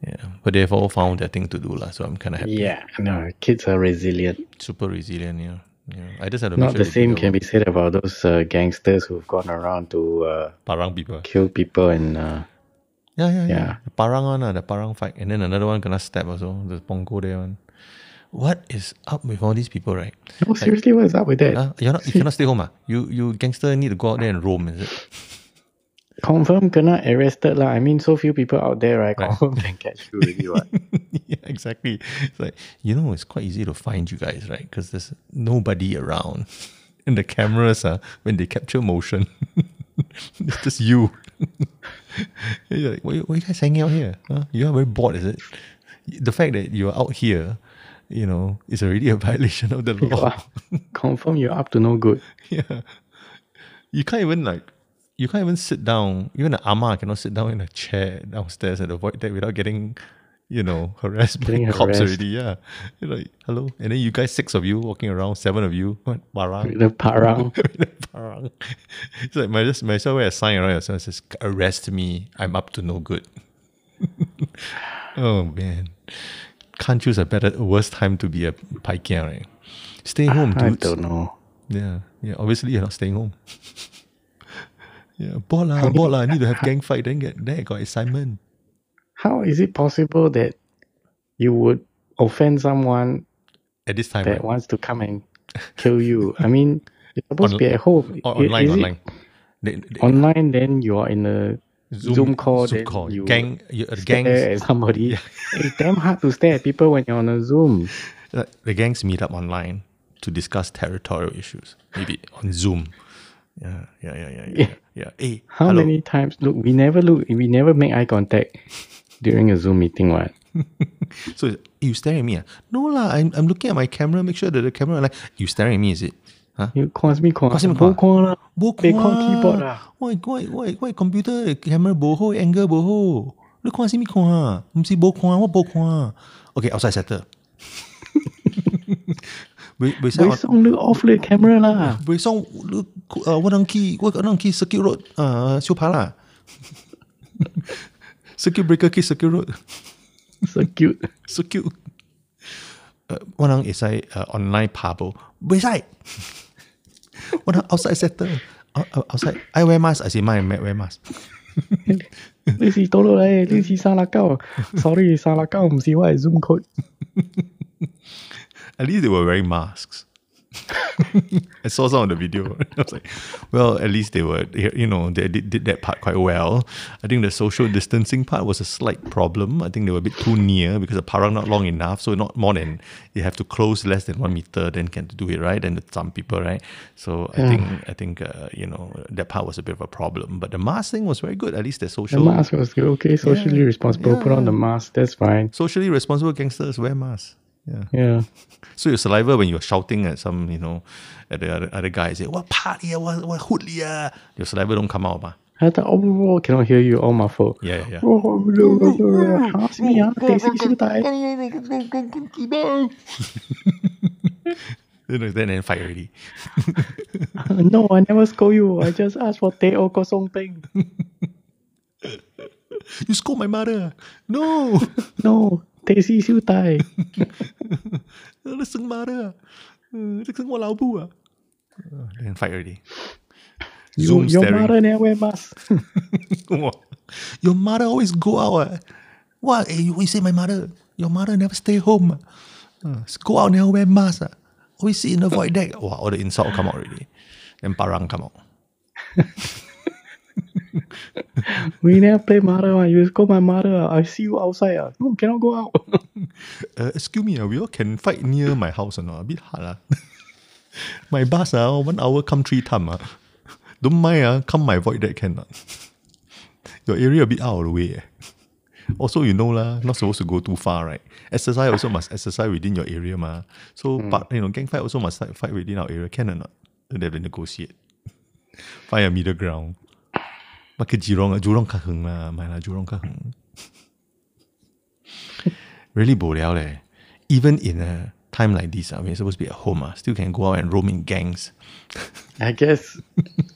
Speaker 1: Yeah, but they've all found their thing to do, lah. So I'm kind of happy.
Speaker 3: Yeah, no, kids are resilient.
Speaker 1: Super resilient, yeah. Yeah, I just had to make
Speaker 3: Not
Speaker 1: sure
Speaker 3: the
Speaker 1: they do
Speaker 3: same
Speaker 1: their
Speaker 3: can be said about those uh, gangsters who've gone around to uh,
Speaker 1: parang people.
Speaker 3: kill people and uh,
Speaker 1: Yeah, yeah, yeah.
Speaker 3: Yeah.
Speaker 1: The parang one, ah, the parang fight, and then another one gonna stab also. The Pongo there one. What is up with all these people, right?
Speaker 3: no, seriously, what's up with that?
Speaker 1: Ah, you're not, you cannot stay home, ah. You you gangster need to go out there and roam, is it?
Speaker 3: Confirm kena arrested lah. I mean, so few people out there, right? Confirm can catch you already. What?
Speaker 1: yeah, exactly. It's like you know, it's quite easy to find you guys, right? Because there's nobody around, and the cameras are when they capture motion, it's just you. You're like, why, why you guys hanging out here? Huh? You are very bored, is it? The fact that you are out here, you know, is already a violation of the law.
Speaker 3: Wow. Confirm you're up to no good.
Speaker 1: yeah, you can't even like. You can't even sit down. Even an ama cannot sit down in a chair downstairs and avoid that without getting, you know, harassed by
Speaker 3: Getting
Speaker 1: cops
Speaker 3: harassed.
Speaker 1: already. Yeah, you're like hello, and then you guys six of you walking around, seven of you, what barang,
Speaker 3: The parang.
Speaker 1: barang. It's like my just myself wear a sign around yourself that says arrest me. I'm up to no good. oh man, can't choose a better, a worse time to be a paikia, right? Stay home,
Speaker 3: Ah, I
Speaker 1: dudes.
Speaker 3: don't know.
Speaker 1: Yeah, yeah. Obviously, you're not staying home. yeah, bored lah, bored lah. Need to have gang fight. Then get there. Got assignment.
Speaker 3: How is it possible that you would offend someone
Speaker 1: At this time,
Speaker 3: that
Speaker 1: right?
Speaker 3: wants to come and kill you? I mean, you're supposed to be at home.
Speaker 1: or online,
Speaker 3: I- is it
Speaker 1: online. They, they-
Speaker 3: online, then you are in a Zoom, call.
Speaker 1: Zoom
Speaker 3: then
Speaker 1: call.
Speaker 3: You
Speaker 1: gang, you, uh,
Speaker 3: stare
Speaker 1: gangs.
Speaker 3: at somebody. it's damn hard to stare at people when you're on a Zoom.
Speaker 1: uh, The gangs meet up online to discuss territorial issues. Maybe on Zoom. Yeah, yeah, yeah, yeah, yeah. yeah. yeah. Hey,
Speaker 3: How
Speaker 1: hello.
Speaker 3: many times? Look, we never look. We never make eye contact during a Zoom meeting. What?
Speaker 1: So it's, "Eh, you staring at me? ah?" No lah. I'm, I'm looking at my camera. Make sure that the camera like you staring at me. Is it? Huh?
Speaker 3: You cause me call.
Speaker 1: Cause me
Speaker 3: Go
Speaker 1: call.
Speaker 3: call lah.
Speaker 1: Bo
Speaker 3: They call
Speaker 1: kuah.
Speaker 3: keyboard ah.
Speaker 1: Why, why, why, why computer the camera boho, angle boho? Look kuah, see me kuah. Mesti bo kuah, what bo kuah? Okay, outside settle. we we
Speaker 3: Buay
Speaker 1: sound
Speaker 3: song look off the camera lah.
Speaker 1: we sound look uh, what on key what on key circuit road uh siu pa lah. circuit breaker key circuit road
Speaker 3: So cute.
Speaker 1: circuit. Uh, what on is I uh, online pabo. Wait side. what on outside settle. Uh, uh, outside I wear mask. I say my wear mask.
Speaker 3: This is tolo lah. eh. This is salah kau. Sorry, salah kau. Mesti what Zoom code.
Speaker 1: At least they were wearing masks. I saw some of the video. I was like, well, at least they were, you know, they did, did that part quite well. I think the social distancing part was a slight problem. I think they were a bit too near because the parang not long enough. So not more than, you have to close less than one meter, then can do it, right? And some people, right? So
Speaker 3: Hmm.
Speaker 1: I think, I think, uh, you know, that part was a bit of a problem. But the mask thing was very good. At least the
Speaker 3: The
Speaker 1: social,
Speaker 3: mask was good. Okay, socially
Speaker 1: Yeah.
Speaker 3: responsible. Put on the mask. That's fine.
Speaker 1: socially responsible gangsters wear masks. Yeah.
Speaker 3: Yeah.
Speaker 1: So your saliva when you're shouting at some, you know, at the other, other guy, say what party, what what hood, yeah. Your saliva don't come out, ma.
Speaker 3: I thought, oh, oh, oh, cannot hear you. All muffled.
Speaker 1: Yeah, yeah, yeah.
Speaker 3: Oh, oh, oh, oh, oh, ask me, ah, taxi should die.
Speaker 1: Then then then fight already.
Speaker 3: No, I never scold you. I just asked for teh or kosong peng.
Speaker 1: You scold my mother. No,
Speaker 3: No, taxi should die.
Speaker 1: the sing mother. The sing what lao bu ah. Then fight already.
Speaker 3: You,
Speaker 1: Zoom
Speaker 3: your
Speaker 1: staring.
Speaker 3: mother never wear mask.
Speaker 1: Wah. Your mother always go out. Eh. What? Eh, you always say my mother. Your mother never stay home. eh. Uh, go out never wear mask. ah. Always sit in the void deck. Wow, all the insult come out already. Then parang come out.
Speaker 3: We never play mother. ah. You scold my mother. ah. I see you outside. ah. No, cannot go out.
Speaker 1: Uh, excuse me, ah, we all can fight near my house or not? A bit hard. ah. my bus ah, one hour come three time. ah. Don't mind ah, come my void deck cannot. Your area a bit out of the way. eh. Also, you know lah, not supposed to go too far, right? Exercise also must exercise within your area, ma. So, but you know, gang fight also must fight- fight within our area, can or not? Then they have to negotiate. Find a middle ground. But ke Jurong, ah, Jurong 较远 lah, 买 lah, Jurong 较远 Really bo liao leh. Even in a time like this, ah, when you're supposed to be at home, ah, still can go out and roam in gangs.
Speaker 3: I guess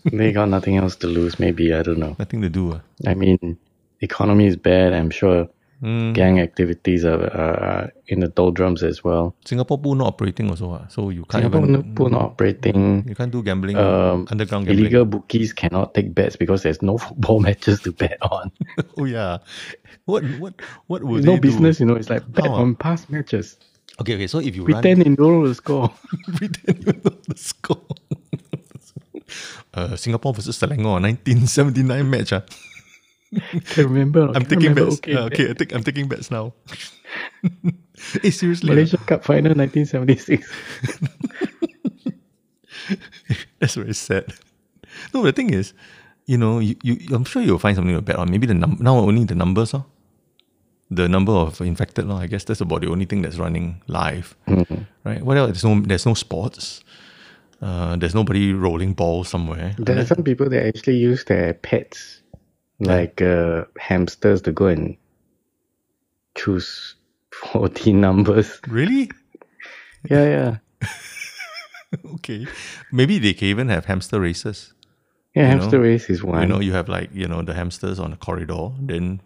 Speaker 3: they got nothing else to lose. Maybe I don't know.
Speaker 1: Nothing to do. ah.
Speaker 3: I mean, economy is bad. I'm sure
Speaker 1: Mm.
Speaker 3: gang activities are, are, are in the doldrums as well.
Speaker 1: Singapore pool not operating also, ah, so you can't
Speaker 3: Singapore
Speaker 1: even
Speaker 3: pool not operating.
Speaker 1: you can't do gambling,
Speaker 3: Um,
Speaker 1: Mm-hmm. underground gambling.
Speaker 3: illegal bookies cannot take bets because there's no football matches to bet on.
Speaker 1: Oh yeah, what what what would
Speaker 3: no
Speaker 1: they do?
Speaker 3: business, you know. It's like bet
Speaker 1: How ah?
Speaker 3: on past matches.
Speaker 1: Okay, okay. So if you
Speaker 3: Pretend you know the score.
Speaker 1: run, pretend you know the score. uh, Singapore versus Selangor, nineteen seventy nine match. ah.
Speaker 3: Can't remember. or
Speaker 1: I'm
Speaker 3: can't
Speaker 1: taking
Speaker 3: remember.
Speaker 1: bets.
Speaker 3: Okay,
Speaker 1: Okay, okay I think I'm taking bets now. hey, seriously, ah.
Speaker 3: Malaysia Cup final 1976.
Speaker 1: That's very sad. No, the thing is, you know, you, you I'm sure you'll find something to bet on. Maybe the num- now only the numbers, oh. the number of infected, oh, I guess that's about the only thing that's running live, right? What else? There's no there's no sports. Uh, there's nobody rolling balls somewhere.
Speaker 3: There are some people that actually use their pets, like uh, hamsters, to go and choose 14 numbers.
Speaker 1: Really?
Speaker 3: Yeah, yeah.
Speaker 1: okay. Maybe they can even have hamster races.
Speaker 3: Yeah,
Speaker 1: You
Speaker 3: hamster
Speaker 1: know,
Speaker 3: race is one.
Speaker 1: You know, you have like you know the hamsters on the corridor, then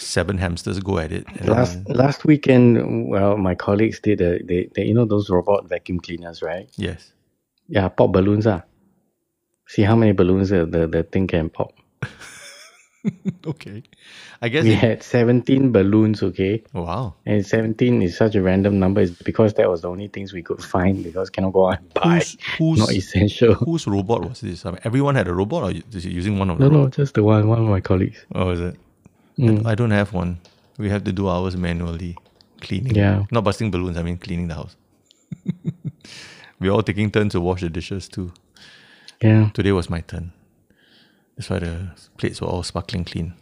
Speaker 1: seven hamsters go at it. and
Speaker 3: last
Speaker 1: then-
Speaker 3: last weekend, well, my colleagues did a, they, they you know those robot vacuum cleaners, right?
Speaker 1: yes.
Speaker 3: Yeah, pop balloons ah. See how many balloons the, the, the thing can pop.
Speaker 1: Okay. I guess.
Speaker 3: We
Speaker 1: it-
Speaker 3: had 17 balloons, okay?
Speaker 1: wow.
Speaker 3: And 17 is such a random number. It's because that was the only things we could find because cannot go out and buy.
Speaker 1: Who's- who's-
Speaker 3: Not essential.
Speaker 1: Whose robot was this? I mean, everyone had a robot, or you- is it using one of the
Speaker 3: No,
Speaker 1: robots?
Speaker 3: no, just the one, one of my colleagues.
Speaker 1: Oh, is it?
Speaker 3: Mm.
Speaker 1: I don't have one. We have to do ours manually, cleaning.
Speaker 3: Yeah.
Speaker 1: Not busting balloons. I mean, cleaning the house. We're all taking turns to wash the dishes too.
Speaker 3: Yeah.
Speaker 1: Today was my turn. That's why the plates were all sparkling clean.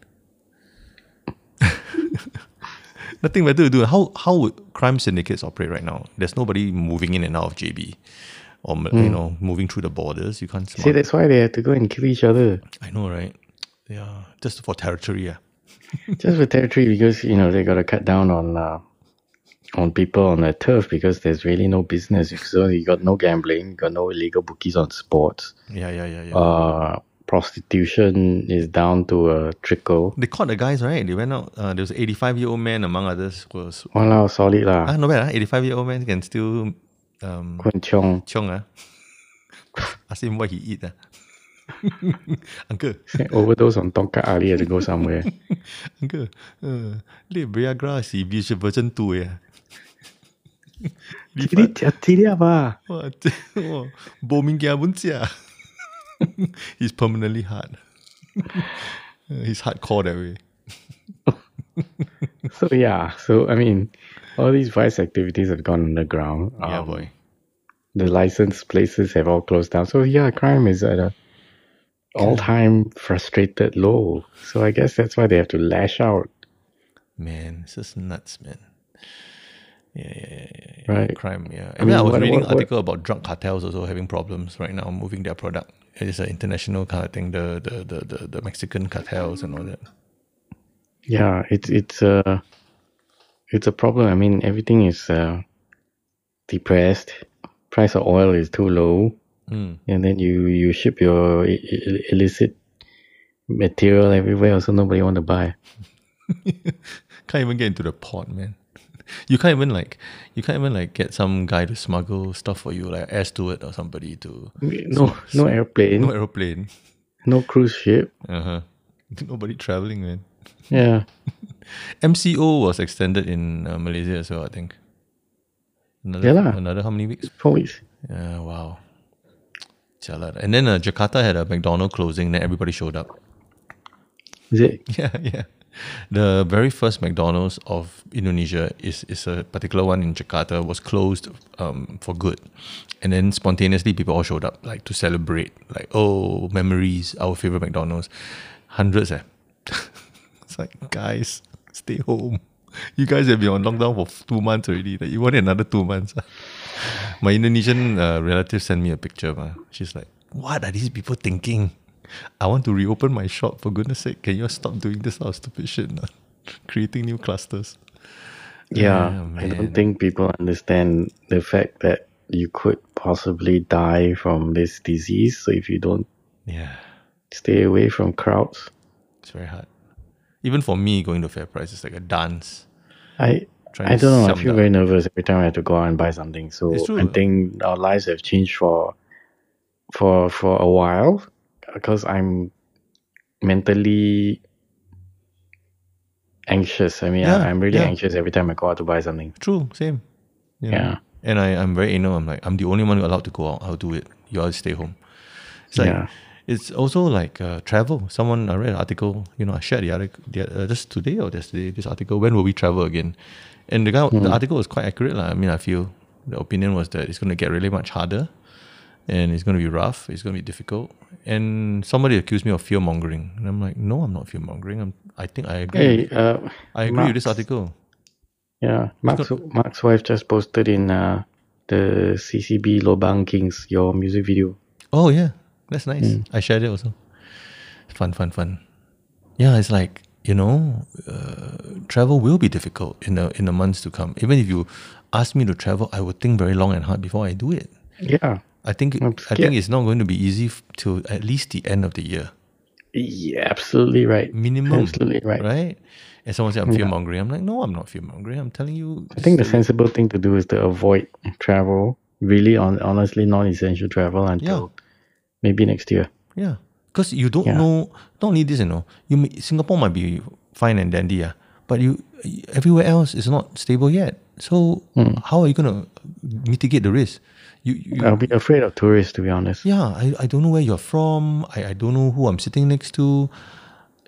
Speaker 1: Nothing better to do. How how would crime syndicates operate right now? There's nobody moving in and out of JB, or you know, moving through the borders. You can't.
Speaker 3: Mm. See, that's why they have to go and kill each other
Speaker 1: I know, right? Yeah, just for territory. Yeah.
Speaker 3: just for territory because you know they got to cut down on uh, on people on the turf because there's really no business. So you got no gambling, you got no illegal bookies on sports.
Speaker 1: Yeah, yeah, yeah, yeah.
Speaker 3: Uh, prostitution is down to a trickle.
Speaker 1: they caught the guys, right? They went out. Uh, there was 85 year old man among others was
Speaker 3: One out solid lah.
Speaker 1: ah no bad. 85 year old man can still um
Speaker 3: Kun Chong.
Speaker 1: chong ah. Ask him what he eat ah. uncle,
Speaker 3: Overdose on Tonka Ali had to go somewhere.
Speaker 1: uncle, uh, le Viagra si virgin version two eh.
Speaker 3: Cili cili apa?
Speaker 1: Wah, wah, bo minggir pun sia. He's permanently hard. Uh, He's hardcore that way.
Speaker 3: So yeah, so I mean, all these vice activities have gone underground.
Speaker 1: Yeah,
Speaker 3: Um,
Speaker 1: boy.
Speaker 3: The licensed places have all closed down. So yeah, crime is at a all-time frustrated low. So I guess that's why they have to lash out,
Speaker 1: Man, it's just nuts, man. Yeah, yeah, yeah, yeah, yeah.
Speaker 3: right?
Speaker 1: Crime, yeah. I,
Speaker 3: I
Speaker 1: mean, I
Speaker 3: mean,
Speaker 1: was
Speaker 3: what-
Speaker 1: reading
Speaker 3: what- what-
Speaker 1: article about drug cartels also having problems right now moving their product. It's an international kind of thing, the the, the, the, the Mexican cartels and all that.
Speaker 3: Yeah, it's it's a it's a problem. I mean, everything is uh, depressed. Price of oil is too low,
Speaker 1: Mm.
Speaker 3: and then you you ship your i- i- illicit material everywhere. Also, nobody want to buy.
Speaker 1: Can't even get into the port, man. You can't even like you can't even like get some guy to smuggle stuff for you, like air steward or somebody to
Speaker 3: No, no airplane,
Speaker 1: no
Speaker 3: no,
Speaker 1: aeroplane.
Speaker 3: cruise ship.
Speaker 1: Uh huh. Nobody traveling, man.
Speaker 3: Yeah,
Speaker 1: MCO was extended in uh, Malaysia as well, I think. Another,
Speaker 3: Yeah lah.
Speaker 1: another how many weeks?
Speaker 3: four weeks.
Speaker 1: Yeah, wow. Jalan. And then uh, Jakarta had a McDonald closing, then everybody showed up.
Speaker 3: Is it?
Speaker 1: Yeah, yeah. The very first McDonald's of Indonesia is, is a particular one in Jakarta was closed um, for good, and then spontaneously people all showed up like to celebrate like oh memories our favorite McDonald's, hundreds eh. it's like guys stay home. You guys have been on lockdown for f- two months already. Like, you want another two months? ah? My Indonesian uh, relative sent me a picture. Ma. She's like, "What are these people thinking? I want to reopen my shop. For goodness sake, can you all stop doing this sort of stupid shit? lah? Creating new clusters."
Speaker 3: Yeah,
Speaker 1: Yeah,
Speaker 3: I
Speaker 1: man.
Speaker 3: don't think people understand the fact that you could possibly die from this disease. So if you don't
Speaker 1: Yeah,
Speaker 3: stay away from crowds.
Speaker 1: it's very hard. Even for me, going to Fairprice is like a dance.
Speaker 3: I
Speaker 1: Trying
Speaker 3: I
Speaker 1: to
Speaker 3: don't know. I
Speaker 1: sum
Speaker 3: feel
Speaker 1: up.
Speaker 3: very nervous every time I have to go out and buy something. So
Speaker 1: It's true.
Speaker 3: I think our lives have changed for for for a while because I'm mentally anxious. I mean,
Speaker 1: Yeah,
Speaker 3: I, I'm really
Speaker 1: yeah.
Speaker 3: anxious every time I go out to buy something.
Speaker 1: True, same. You know?
Speaker 3: Yeah.
Speaker 1: And I, I'm very anal. I'm like, I'm the only one allowed to go out. I'll do it. You all stay home. It's like,
Speaker 3: Yeah.
Speaker 1: it's also like uh, travel. Someone, I read an article, you know, I shared the article the, uh, just today or yesterday, this article, when will we travel again? And the guy, the article was quite accurate. lah. I mean, I feel the opinion was that it's going to get really much harder and it's going to be rough. It's going to be difficult. And somebody accused me of fear mongering. And I'm like, no, I'm not fear mongering. I think I agree.
Speaker 3: Hey, uh,
Speaker 1: I agree with this
Speaker 3: Mark-
Speaker 1: article.
Speaker 3: Yeah, Mark's Mark's wife just posted in uh, the CCB Lobang Kings your music video.
Speaker 1: Oh yeah, that's nice.
Speaker 3: Mm.
Speaker 1: I shared it also. Fun, fun, fun. Yeah, it's like you know, uh, travel will be difficult in the in the months to come. Even if you ask me to travel, I would think very long and hard before I do it.
Speaker 3: Yeah.
Speaker 1: I think
Speaker 3: I'm
Speaker 1: I
Speaker 3: scared.
Speaker 1: think it's not going to be easy f- till at least the end of the year,
Speaker 3: Yeah, absolutely right.
Speaker 1: minimum.
Speaker 3: Absolutely right.
Speaker 1: Right? And someone said I'm fear mongering. I'm like, no, I'm not fear mongering. I'm telling you.
Speaker 3: I think the sensible thing to do is to avoid travel, really on honestly non-essential travel until maybe next year.
Speaker 1: Yeah, because you don't
Speaker 3: Yeah.
Speaker 1: know. Not only this, you know, you may, Singapore might be fine and dandy, yeah, but you everywhere else is not stable yet. So how are you gonna mitigate the risk? You, you
Speaker 3: I'll be afraid of tourists to be honest.
Speaker 1: yeah, I, I don't know where you're from. I, I don't know who I'm sitting next to.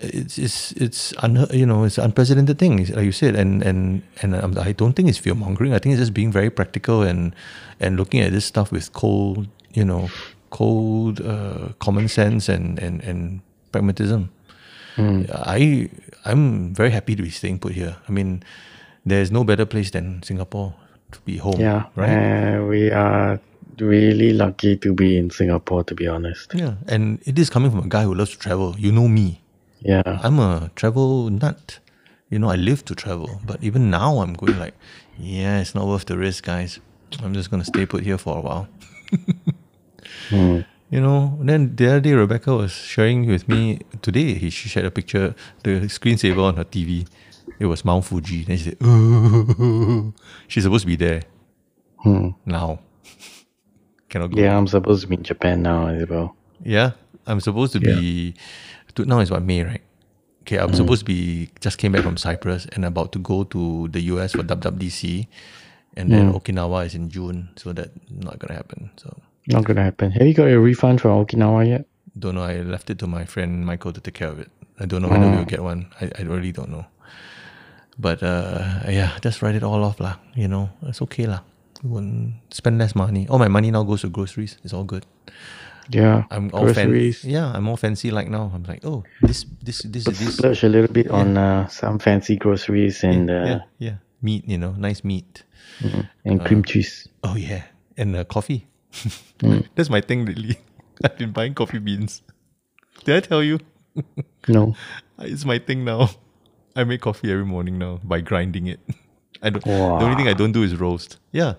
Speaker 1: It's it's it's un, you know it's unprecedented thing it's like you said and and and um, I don't think it's fear mongering. I think it's just being very practical and and looking at this stuff with cold you know cold uh, common sense and and and pragmatism.
Speaker 3: Hmm.
Speaker 1: I I'm very happy to be staying put here. I mean, there's no better place than Singapore to be home.
Speaker 3: Yeah.
Speaker 1: right.
Speaker 3: Uh, we are really lucky to be in Singapore to be honest.
Speaker 1: Yeah, and it is coming from a guy who loves to travel. You know me.
Speaker 3: Yeah.
Speaker 1: I'm a travel nut. You know, I live to travel. But even now, I'm going like, yeah, it's not worth the risk, guys. I'm just going to stay put here for a while. You know, then the other day, Rebecca was sharing with me today. He, she shared a picture, the screensaver on her TV. It was Mount Fuji. Then she said, she's supposed to be there
Speaker 3: Hmm.
Speaker 1: now. Cannot go.
Speaker 3: Yeah, I'm supposed to be in Japan now as well.
Speaker 1: Yeah, I'm supposed to be. To, now it's what May, right? Okay, I'm supposed to be just came back from Cyprus and about to go to the US for WWDC, and then Okinawa is in June, so that not gonna happen. So
Speaker 3: Not gonna happen. Have you got a refund from Okinawa yet?
Speaker 1: don't know. I left it to my friend Michael to take care of it. I don't know whether we'll get one. I, I really don't know. But uh, yeah, just write it all off lah. You know, it's okay lah. You won't spend less money. All my money now goes to groceries. It's all good.
Speaker 3: Yeah.
Speaker 1: I'm all fancy.
Speaker 3: groceries.
Speaker 1: Yeah, I'm all fancy like now. I'm like, oh, this, this, this,
Speaker 3: But
Speaker 1: this.
Speaker 3: splurge a little bit on uh, some fancy groceries and uh,
Speaker 1: Yeah, yeah, meat. You know, nice meat.
Speaker 3: and cream cheese.
Speaker 1: Oh yeah, and uh, coffee. That's my thing really. I've been buying coffee beans. Did I tell you?
Speaker 3: No.
Speaker 1: It's my thing now. I make coffee every morning now by grinding it. I don't,
Speaker 3: Wow.
Speaker 1: The only thing I don't do is roast. Yeah.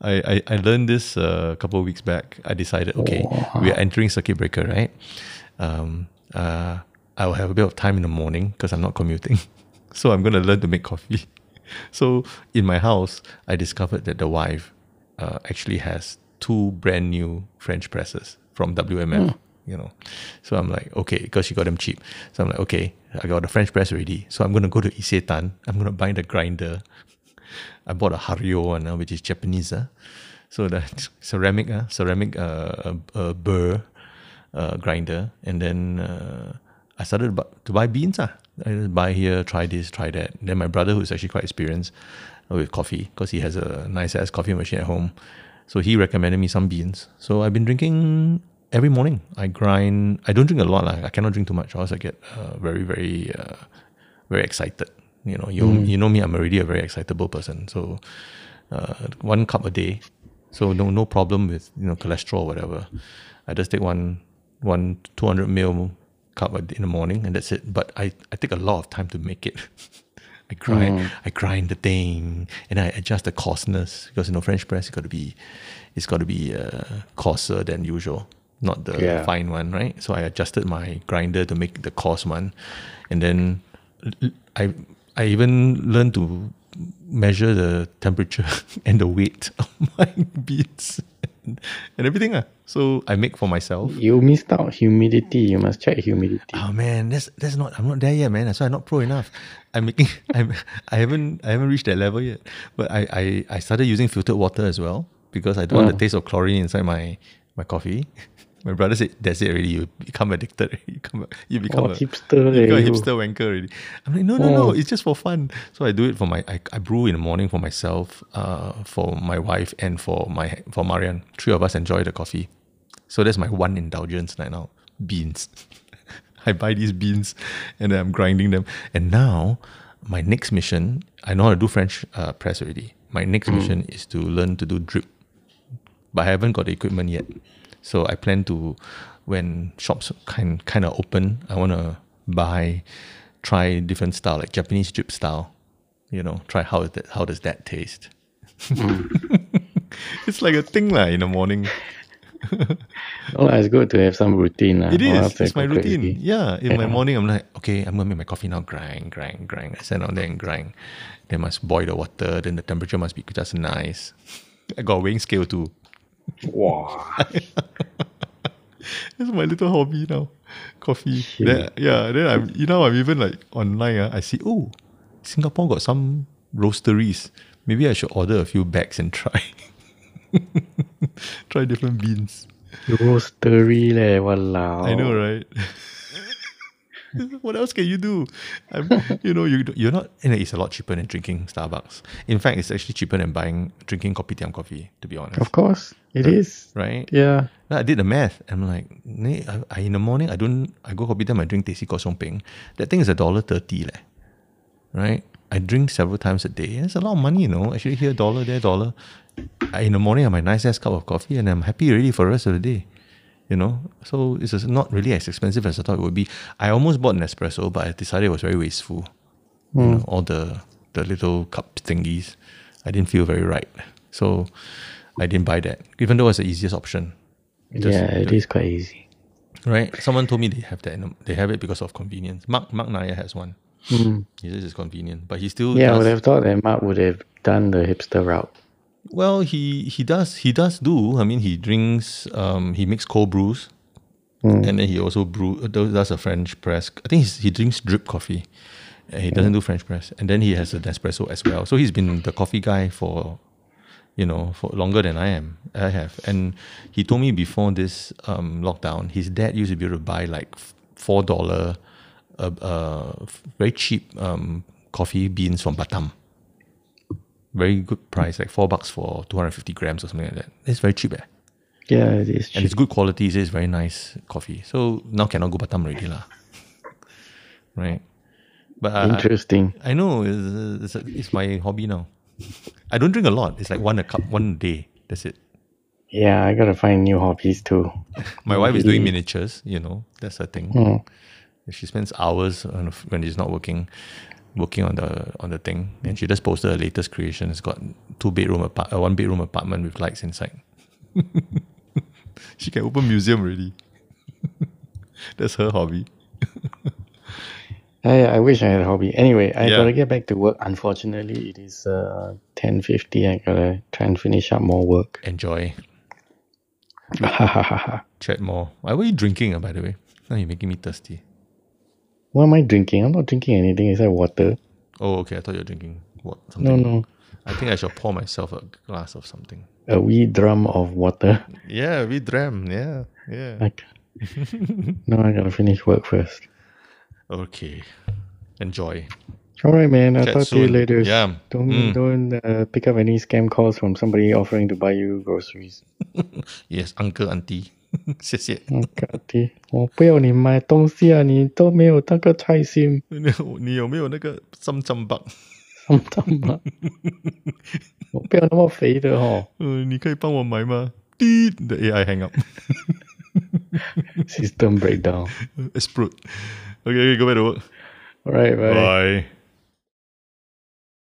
Speaker 1: I, I, I learned this uh, a couple of weeks back. I decided, okay, we are entering circuit breaker, right? Um, uh, I will have a bit of time in the morning because I'm not commuting. So I'm going to learn to make coffee. So in my house, I discovered that the wife uh, actually has two brand new French presses from WMF. You know, so I'm like, okay, because she got them cheap. So I'm like, okay, I got the French press already. So I'm gonna go to Isetan. I'm gonna buy the grinder. I bought a Hario one, uh, which is Japanese. Uh, so that ceramic, uh, ceramic uh, uh, uh, burr uh, grinder. And then uh, I started to bu- to buy beans. Uh. I just buy here, try this, try that. Then my brother, who's actually quite experienced uh, with coffee, because he has a nice ass coffee machine at home. So he recommended me some beans. So I've been drinking every morning. I grind. I don't drink a lot. lah. I cannot drink too much, or else I get uh, very, very uh, very excited. You know, you you know me. I'm already a very excitable person. So, uh, one cup a day. So no no problem with you know cholesterol or whatever. I just take one one 200 mil cup a d- in the morning and that's it. But I I take a lot of time to make it. I grind I grind the thing and I adjust the coarseness because you know French press got to be it's got to be uh, coarser than usual, not the
Speaker 3: Yeah.
Speaker 1: fine one, right? So I adjusted my grinder to make the coarse one, and then I I even learned to measure the temperature and the weight of my beads and, everything. Ah. So I make for myself.
Speaker 3: You missed out humidity. You must check humidity.
Speaker 1: Oh man, that's that's not I'm not there yet, man. That's why I'm not pro enough. I'm making I'm I haven't I haven't reached that level yet. But I I, I started using filtered water as well because I don't
Speaker 3: Oh.
Speaker 1: want the taste of chlorine inside my my coffee. My brother said that's it already. You become addicted. already. You become a, you become a
Speaker 3: Oh,
Speaker 1: You
Speaker 3: hipster
Speaker 1: become a
Speaker 3: leh, you.
Speaker 1: hipster wanker already. I'm like no no no. It's just for fun. So I do it for my I, I brew in the morning for myself, uh, for my wife and for my for Marianne. Three of us enjoy the coffee. So that's my one indulgence right now. Beans. I buy these beans and I'm grinding them. And now my next mission, I know how to do French uh, press already. My next mission is to learn to do drip. But I haven't got the equipment yet. So I plan to when shops kind kind of open, I want to buy try different style like Japanese drip style. You know, try how is that how does that taste? it's like a thing lah in the morning.
Speaker 3: Oh, it's good to have some routine. uh, lah.
Speaker 1: It
Speaker 3: Or
Speaker 1: is.
Speaker 3: else I
Speaker 1: It's my
Speaker 3: go
Speaker 1: routine.
Speaker 3: crazy.
Speaker 1: Yeah. In my morning, I'm like, okay, I'm gonna make my coffee now. Grind, grind, grind. I sit down there and grind. Then must boil the water. Then the temperature must be just nice. I got a weighing scale too.
Speaker 3: Wow.
Speaker 1: That's my little hobby now. Coffee. Then, yeah. Then I'm. You know, I'm even like online. ah, I see. Oh, Singapore got some roasteries. Maybe I should order a few bags and try. try different beans.
Speaker 3: Roastery leh, walao.
Speaker 1: I know, right? what else can you do? I'm, you know, you, you're not. You know, it's a lot cheaper than drinking Starbucks. In fact, it's actually cheaper than buying drinking kopitiam coffee. To be honest,
Speaker 3: Of course, it is.
Speaker 1: right?
Speaker 3: Yeah.
Speaker 1: Now, I did the math. I'm like, "Nee, I, I, in the morning, I don't. I go kopitiam. I drink teh kosong peng. That thing is a dollar thirty leh, right? I drink several times a day. It's a lot of money, you know. Actually, here dollar, there dollar. I, in the morning, I have my nice ass cup of coffee, and I'm happy already for the rest of the day. You know, so it's just not really as expensive as I thought it would be. I almost bought an espresso, but I decided it was very wasteful. You know, all the the little cup thingies, I didn't feel very right, so I didn't buy that. Even though it's the easiest option, Just-
Speaker 3: yeah, it is quite easy.
Speaker 1: Right? Someone told me they have that. in a- They have it because of convenience. Mark Mark Naya has one. He says it's convenient, but he still
Speaker 3: Yeah, I
Speaker 1: does-
Speaker 3: would have thought that Mark would have done the hipster route.
Speaker 1: well he he does he does do. I mean he drinks. Um, he makes cold brews, and then he also brew uh, does does a French press. I think he's, he drinks drip coffee. Uh, And he doesn't do French press, and then he has an espresso as well. So he's been the coffee guy for you know, for longer than I am. I have, and he told me before this um, lockdown, his dad used to be able to buy like four dollar, uh, uh, very cheap um, coffee beans from Batam. Very good price, like four bucks for two hundred fifty grams or something like that. It's very cheap, eh?
Speaker 3: Yeah, it
Speaker 1: and
Speaker 3: is. Cheap.
Speaker 1: it's good quality. It's very nice coffee. So now cannot go Batam already lah, right? But I- I,
Speaker 3: Interesting.
Speaker 1: I know it's, it's, it's my hobby now. I don't drink a lot. It's like one a cup, one a day. That's it.
Speaker 3: Yeah, I gotta find new hobbies too.
Speaker 1: My wife is doing miniatures. You know, that's her thing.
Speaker 3: Mm.
Speaker 1: She spends hours on, when she's not working, working on the on the thing. And she just posted her latest creation. It's got two bedroom apart, uh, one bedroom apartment with lights inside. she can open museum already. that's her hobby.
Speaker 3: I, I wish I had a hobby. Anyway, I
Speaker 1: Yeah.
Speaker 3: gotta get back to work. Unfortunately, it is uh ten fifty. I gotta try and finish up more work.
Speaker 1: Enjoy. Chat more. Why were you drinking, uh, by the way? Now you're making me thirsty.
Speaker 3: what am I drinking? I'm not drinking anything. Is that water?
Speaker 1: Oh, okay. I thought you were drinking what? Something.
Speaker 3: No, no,
Speaker 1: I think I shall pour myself a glass of something.
Speaker 3: a wee drum of water.
Speaker 1: Yeah, we dram. Yeah, yeah.
Speaker 3: Like, no, I gotta finish work first.
Speaker 1: Okay. Enjoy.
Speaker 3: All right, man. I'll
Speaker 1: Chat
Speaker 3: talk to you
Speaker 1: soon.
Speaker 3: later.
Speaker 1: Yeah. Hmm.
Speaker 3: Don't don't uh, pick up any scam calls from somebody offering to buy you groceries.
Speaker 1: Yes, uncle, auntie. 谢谢。
Speaker 3: 我不要你买东西啊！你都没有那个菜心，
Speaker 1: 你有没有那个 some some bug？
Speaker 3: 我不要那么肥的哦。She's
Speaker 1: Uh, 呃，你可以帮我买吗？滴，the AI hang up.
Speaker 3: System breakdown.
Speaker 1: Explode. Okay, okay, go back to work.
Speaker 3: All right, bye.
Speaker 1: Bye.